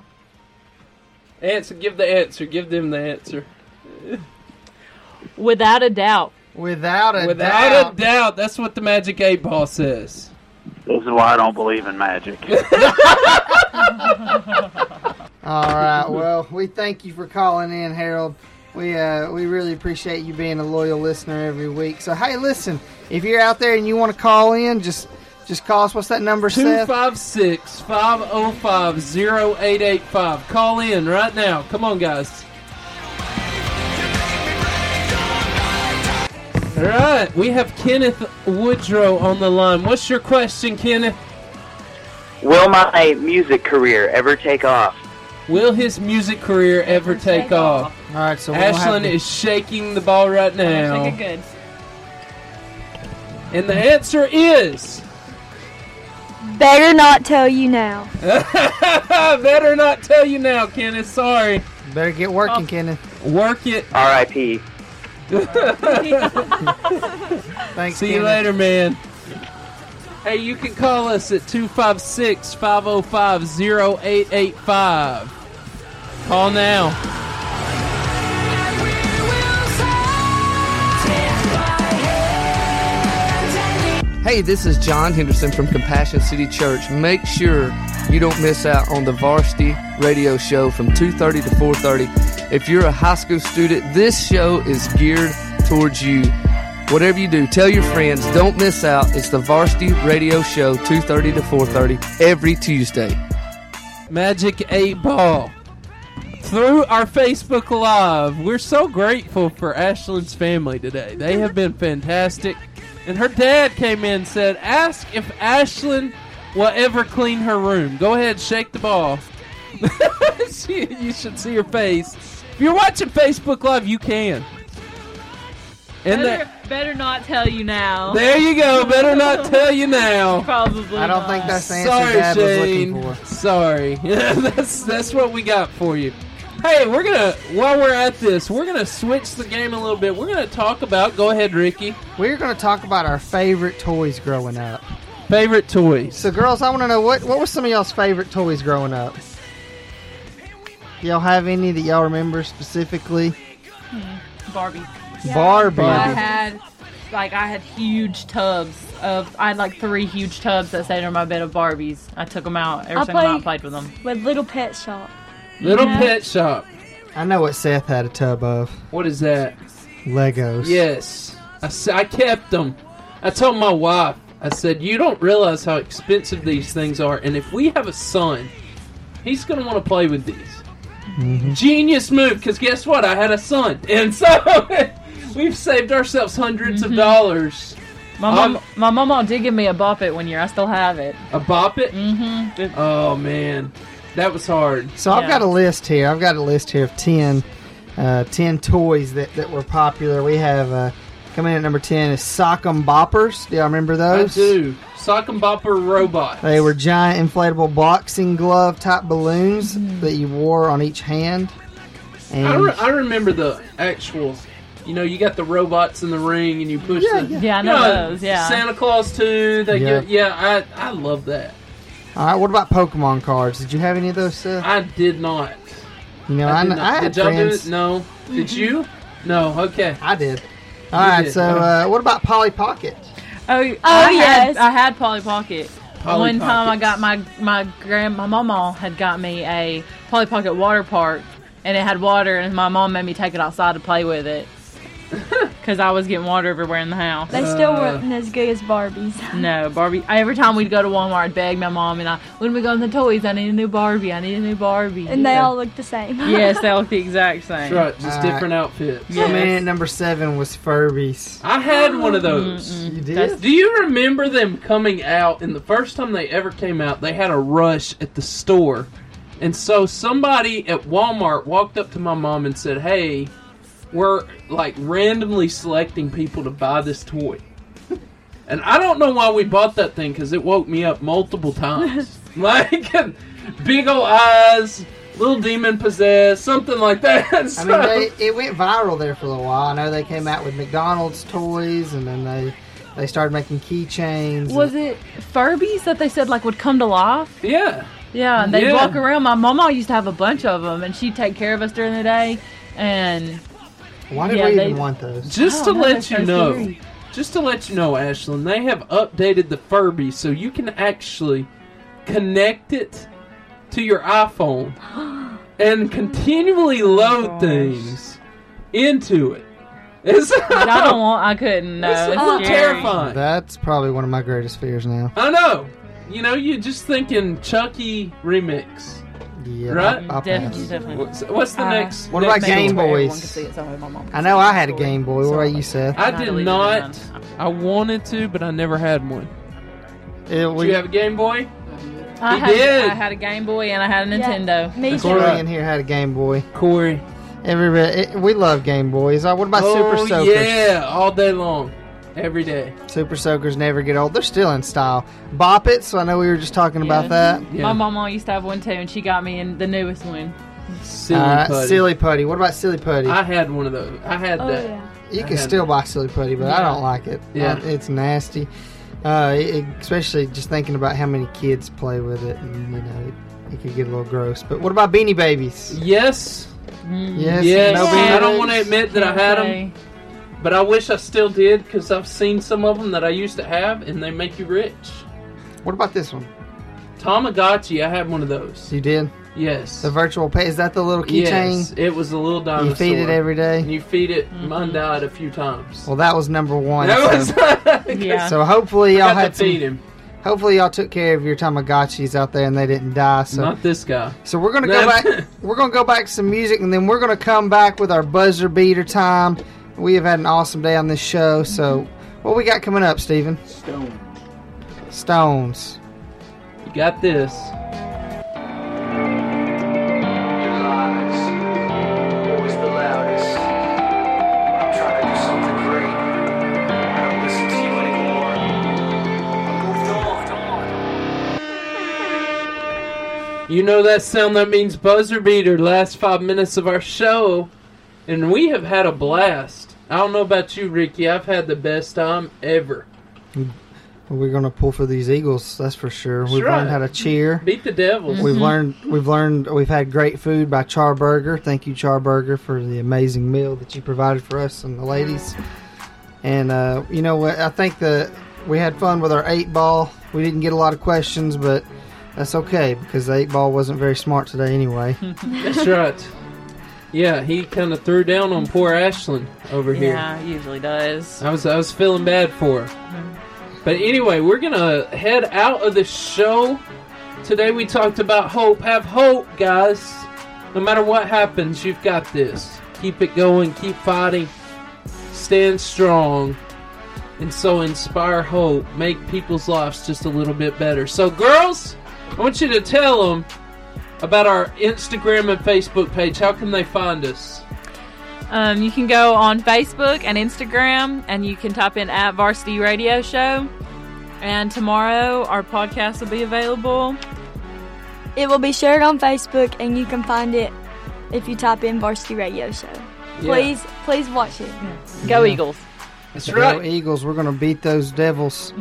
[SPEAKER 8] Answer. Give the answer. Give them the answer.
[SPEAKER 13] Without a doubt.
[SPEAKER 9] Without a
[SPEAKER 8] Without a doubt, that's what the magic eight ball says.
[SPEAKER 19] This is why I don't believe in magic.
[SPEAKER 9] All right. Well, we thank you for calling in, Harold. We uh, we really appreciate you being a loyal listener every week. So hey, listen, if you're out there and you want to call in, just just call us. What's that number, Seth?
[SPEAKER 8] 256 505 0885. Call in right now. Come on, guys. All right, we have Kenneth Woodrow on the line. What's your question, Kenneth?
[SPEAKER 20] Will my music career ever take off?
[SPEAKER 8] Will his music career ever take, off?
[SPEAKER 9] All right, so we'll have
[SPEAKER 8] Ashlyn
[SPEAKER 9] to-
[SPEAKER 8] is shaking the ball right now.
[SPEAKER 13] Shake it good.
[SPEAKER 8] And the answer is
[SPEAKER 17] Better not tell you now.
[SPEAKER 8] better not tell you now, Kenneth. Sorry.
[SPEAKER 9] Better get
[SPEAKER 8] Oh.
[SPEAKER 9] working, Kenneth.
[SPEAKER 8] Work it.
[SPEAKER 21] Ah,
[SPEAKER 20] R.I.P.
[SPEAKER 9] Thanks.
[SPEAKER 8] See you later, man. Hey, you can call us at 256 505 0885. Call now.
[SPEAKER 16] Take my hand.
[SPEAKER 21] Hey, this is John Henderson from Compassion City Church. Make sure you don't miss out on the Varsity Radio Show from 2:30 to 4:30. If you're a high school student, this show is geared towards you. Whatever you do, tell your friends. Don't miss out. It's the Varsity Radio Show, 2:30 to 4:30 every Tuesday.
[SPEAKER 8] Magic 8 Ball. Through our Facebook Live, we're so grateful for Ashlyn's family today. They have been fantastic. And her dad came in and said, Ask if Ashlyn will ever clean her room. Go ahead, shake the ball. She- you should see her face. If you're watching Facebook Live, you can. And
[SPEAKER 13] better,
[SPEAKER 8] that,
[SPEAKER 13] better not tell you now.
[SPEAKER 8] there you go. Better not tell you now.
[SPEAKER 13] Probably.
[SPEAKER 9] I don't
[SPEAKER 13] not.
[SPEAKER 9] think that's the answer
[SPEAKER 8] Sorry,
[SPEAKER 9] Dad was
[SPEAKER 8] Shane.
[SPEAKER 9] looking for.
[SPEAKER 8] Sorry. that's that's what we got for you. Hey, we're gonna while we're at this, we're gonna switch the game a little bit. We're gonna talk about. Go ahead, Ricky.
[SPEAKER 9] We're going to talk about our favorite toys growing up.
[SPEAKER 8] Favorite toys.
[SPEAKER 9] So, girls, I want to know what what were some of y'all's favorite toys growing up? Y'all have any that y'all remember specifically?
[SPEAKER 13] Barbie.
[SPEAKER 9] Barbie.
[SPEAKER 13] I had like I had huge tubs of I had like three huge tubs that stayed under my bed of Barbies. I took them out every
[SPEAKER 17] I
[SPEAKER 13] single night. I
[SPEAKER 17] played-
[SPEAKER 13] played with them.
[SPEAKER 17] with Little Pet Shop.
[SPEAKER 8] Little
[SPEAKER 17] Yeah.
[SPEAKER 8] Pet Shop.
[SPEAKER 9] I know what Seth had a tub of.
[SPEAKER 8] What is that?
[SPEAKER 9] Legos.
[SPEAKER 8] Yes, I, s- I kept them. I told my wife. I said, "You don't realize how expensive these things are, and if we have a son, he's gonna want to play with these." Genius move, because guess what? I had a son, and so we've saved ourselves 100s of dollars.
[SPEAKER 13] My
[SPEAKER 8] Um,
[SPEAKER 13] mom, my mama did give me a bop it one year. I still have it.
[SPEAKER 8] A bop it?
[SPEAKER 13] Mm-hmm.
[SPEAKER 8] Oh man, that was hard.
[SPEAKER 9] So I've got a list here. I've got a list here of 10, uh, 10 toys that, that were popular. We have uh, coming in at number 10 is Sock 'em Boppers. Do y'all remember
[SPEAKER 8] I
[SPEAKER 9] those?
[SPEAKER 8] do. Sock and bopper robot.
[SPEAKER 9] They were giant inflatable boxing glove type balloons that you wore on each hand. And
[SPEAKER 8] Mm-hmm. I, re- I remember the actual. You know, you got the robots in the ring, and you push.
[SPEAKER 13] Yeah,
[SPEAKER 8] the,
[SPEAKER 13] yeah. Yeah, I
[SPEAKER 8] you
[SPEAKER 13] know those, yeah.
[SPEAKER 8] Santa Claus too. They
[SPEAKER 9] Yeah.
[SPEAKER 8] yeah. yeah, I I love that.
[SPEAKER 9] all right, what about Pokemon cards? Did you have any of those? Seth?
[SPEAKER 8] I did not.
[SPEAKER 9] You know, I,
[SPEAKER 8] I,
[SPEAKER 9] kn-
[SPEAKER 8] did
[SPEAKER 9] I,
[SPEAKER 8] not.
[SPEAKER 9] had
[SPEAKER 8] did y'all
[SPEAKER 9] friends. Mm-hmm.
[SPEAKER 8] do it? No. Did you? No. Okay.
[SPEAKER 9] I did. All right, so uh, what about Polly Pocket?
[SPEAKER 13] Oh, oh
[SPEAKER 17] Oh,
[SPEAKER 13] I
[SPEAKER 17] yes.
[SPEAKER 13] Had, I had Polly Pocket.
[SPEAKER 9] Polly
[SPEAKER 13] One time I
[SPEAKER 9] Pockets.
[SPEAKER 13] got my my grand my mama had got me a Polly Pocket water park, and it had water, and my mom made me take it outside to play with it, because I was getting water everywhere in the house.
[SPEAKER 17] They still
[SPEAKER 8] Uh,
[SPEAKER 17] weren't as good as Barbies.
[SPEAKER 13] No, Barbie. Every time we'd go to Walmart, I'd beg my mom and I, when we go in the toys, I need a new Barbie. I need a new Barbie.
[SPEAKER 17] And they all look the same.
[SPEAKER 13] yes, they look the exact same.
[SPEAKER 8] That's right. Just
[SPEAKER 9] All right.
[SPEAKER 8] different outfits.
[SPEAKER 9] Coming in at number seven was Furbies.
[SPEAKER 8] I had one of
[SPEAKER 13] Mm-hmm.
[SPEAKER 8] those.
[SPEAKER 9] You
[SPEAKER 8] That's-
[SPEAKER 9] did?
[SPEAKER 8] Do you remember them coming out? And the first time they ever came out, they had a rush at the store. And so somebody at Walmart walked up to my mom and said, Hey, we're like randomly selecting people to buy this toy. And I don't know why we bought that thing because it woke me up multiple times. like, big ol' eyes, little demon possessed, something like that.
[SPEAKER 9] I
[SPEAKER 8] So-
[SPEAKER 9] mean, they, it went viral there for a little while. I know they came out with McDonald's toys, and then they they started making keychains.
[SPEAKER 13] Was it Furbies that they said like would come to life?
[SPEAKER 8] Yeah.
[SPEAKER 13] Yeah, and they'd
[SPEAKER 9] Yeah.
[SPEAKER 13] walk around. My mama used to have a bunch of them, and she'd take care of us during the day. And
[SPEAKER 9] Why did
[SPEAKER 13] yeah,
[SPEAKER 9] we
[SPEAKER 13] they-
[SPEAKER 9] even want those?
[SPEAKER 13] Oh,
[SPEAKER 8] Just to
[SPEAKER 13] no,
[SPEAKER 8] let
[SPEAKER 13] that's
[SPEAKER 8] you
[SPEAKER 13] so
[SPEAKER 8] know,
[SPEAKER 13] scary.
[SPEAKER 8] just to let you know, Ashlyn, they have updated the Furby so you can actually connect it to your iPhone and continually
[SPEAKER 13] Oh
[SPEAKER 8] load things into it. It's,
[SPEAKER 13] But I don't want. I couldn't. No,
[SPEAKER 8] It's a
[SPEAKER 13] it's
[SPEAKER 8] little
[SPEAKER 13] scary.
[SPEAKER 8] terrifying.
[SPEAKER 9] That's probably one of my greatest fears now.
[SPEAKER 8] I know. You know, you're just thinking Chucky remix,
[SPEAKER 9] Yeah,
[SPEAKER 8] right?
[SPEAKER 9] I- I
[SPEAKER 13] Definitely,
[SPEAKER 9] pass.
[SPEAKER 13] definitely.
[SPEAKER 8] What's, what's the
[SPEAKER 13] Uh,
[SPEAKER 8] next?
[SPEAKER 9] What
[SPEAKER 8] next
[SPEAKER 9] about Game
[SPEAKER 8] toy?
[SPEAKER 9] Boys? I know I had a Game Boy. What about you, Seth?
[SPEAKER 8] I did not. I wanted to, but I never had one.
[SPEAKER 9] Yeah,
[SPEAKER 8] Did you have a Game Boy?
[SPEAKER 13] I
[SPEAKER 8] He
[SPEAKER 13] had,
[SPEAKER 8] did.
[SPEAKER 13] I had a Game Boy and I had a Nintendo.
[SPEAKER 9] Me Corey in here had a Game Boy.
[SPEAKER 8] Corey.
[SPEAKER 9] Everybody, it, we love Game Boys. Uh, What about
[SPEAKER 8] oh,
[SPEAKER 9] Super Soakers?
[SPEAKER 8] Yeah, all day long, every day.
[SPEAKER 9] Super Soakers never get old. They're still in style. Bop It, so I know we were just talking about that.
[SPEAKER 13] My mama used to have one too, and she got me in the newest one.
[SPEAKER 8] Silly
[SPEAKER 9] All right,
[SPEAKER 8] putty.
[SPEAKER 9] Uh, Silly Putty. What about Silly Putty?
[SPEAKER 8] I had one of those. I had
[SPEAKER 13] Oh,
[SPEAKER 8] that.
[SPEAKER 9] you
[SPEAKER 8] I
[SPEAKER 9] can
[SPEAKER 8] had
[SPEAKER 9] still buy Silly Putty, but I
[SPEAKER 8] Yeah.
[SPEAKER 9] don't like it.
[SPEAKER 8] Yeah.
[SPEAKER 9] Uh, it's nasty. Uh, it- it- especially just thinking about how many kids play with it, and you know, it, it could get a little gross. But what about Beanie Babies?
[SPEAKER 8] Yes.
[SPEAKER 9] Yes.
[SPEAKER 8] Yes.
[SPEAKER 9] no
[SPEAKER 8] I
[SPEAKER 9] Beanie
[SPEAKER 8] don't
[SPEAKER 9] Babies?
[SPEAKER 8] want to admit that I had them. But I wish I still did because I've seen some of them that I used to have, and they make you rich.
[SPEAKER 9] What about this one?
[SPEAKER 8] Tamagotchi. I had one of those.
[SPEAKER 9] You did?
[SPEAKER 8] Yes.
[SPEAKER 9] The virtual pay. Is that the little
[SPEAKER 8] Yes,
[SPEAKER 9] keychain?
[SPEAKER 8] it was a little dinosaur.
[SPEAKER 9] You feed it every day?
[SPEAKER 8] And you feed it. Mine died a few times.
[SPEAKER 9] Well, that was number one.
[SPEAKER 8] That
[SPEAKER 9] so,
[SPEAKER 8] was-
[SPEAKER 9] so hopefully
[SPEAKER 8] I
[SPEAKER 9] y'all
[SPEAKER 8] got
[SPEAKER 9] had
[SPEAKER 8] to
[SPEAKER 9] some,
[SPEAKER 8] feed him.
[SPEAKER 9] Hopefully y'all took care of your Tamagotchis out there and they didn't die. So
[SPEAKER 8] Not this guy.
[SPEAKER 9] So we're gonna go back. We're gonna go back to some music, and then we're gonna come back with our buzzer beater time. We have had an awesome day on this show. So, what we got coming up, Steven?
[SPEAKER 10] Stone.
[SPEAKER 9] Stones.
[SPEAKER 8] You got this.
[SPEAKER 16] Always the loudest. I'm trying to do something great. I don't listen to you anymore. I moved on.
[SPEAKER 8] You know that sound that means buzzer beater. Last five minutes of our show, and we have had a blast. I don't know about you, Ricky. I've had the best time ever.
[SPEAKER 9] We're gonna pull for these Eagles. That's for sure. We've
[SPEAKER 8] That's
[SPEAKER 9] learned
[SPEAKER 8] right.
[SPEAKER 9] how to cheer.
[SPEAKER 8] Beat the Devils.
[SPEAKER 9] We've learned. We've learned. We've had great food by Char Burger. Thank you, Char Burger, for the amazing meal that you provided for us and the ladies. And uh, you know what? I think the we had fun with our eight ball. We didn't get a lot of questions, but that's okay because the eight ball wasn't very smart today anyway.
[SPEAKER 8] That's right. Yeah, he kind of threw down on poor Ashland over here.
[SPEAKER 13] Yeah, usually does.
[SPEAKER 8] I was I was feeling bad for her. But anyway, we're gonna head out of the show. Today we talked about hope. Have hope, guys. No matter what happens, you've got this. Keep it going, keep fighting, stand strong, and so inspire hope. Make people's lives just a little bit better. So, girls, I want you to tell them about our Instagram and Facebook page. How can they find us?
[SPEAKER 13] Um, you can go on Facebook and Instagram, and you can type in at Varsity Radio Show. And tomorrow, our podcast will be available.
[SPEAKER 17] It will be shared on Facebook, and you can find it if you type in Varsity Radio Show. Please, please watch it.
[SPEAKER 13] Go Eagles.
[SPEAKER 8] That's
[SPEAKER 9] right, Eagles. We're gonna beat those Devils.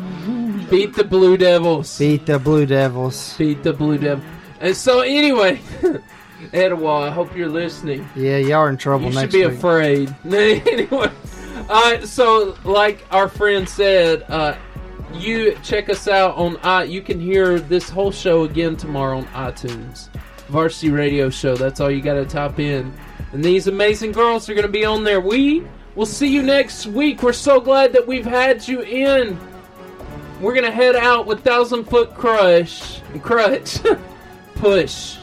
[SPEAKER 8] Beat the Blue Devils.
[SPEAKER 9] Beat the Blue Devils.
[SPEAKER 8] Beat the Blue Devils. And so, anyway, Etowah, I hope you're listening.
[SPEAKER 9] Yeah, y'all are in trouble
[SPEAKER 8] You should
[SPEAKER 9] next
[SPEAKER 8] be
[SPEAKER 9] week.
[SPEAKER 8] afraid. anyway, uh, so like our friend said, uh, you check us out on. i. you can hear this whole show again tomorrow on iTunes. Varsity Radio Show. That's all you got to type in. And these amazing girls are going to be on there. We will see you next week. We're so glad that we've had you in. We're gonna head out with Thousand Foot Crush, Crutch, Push.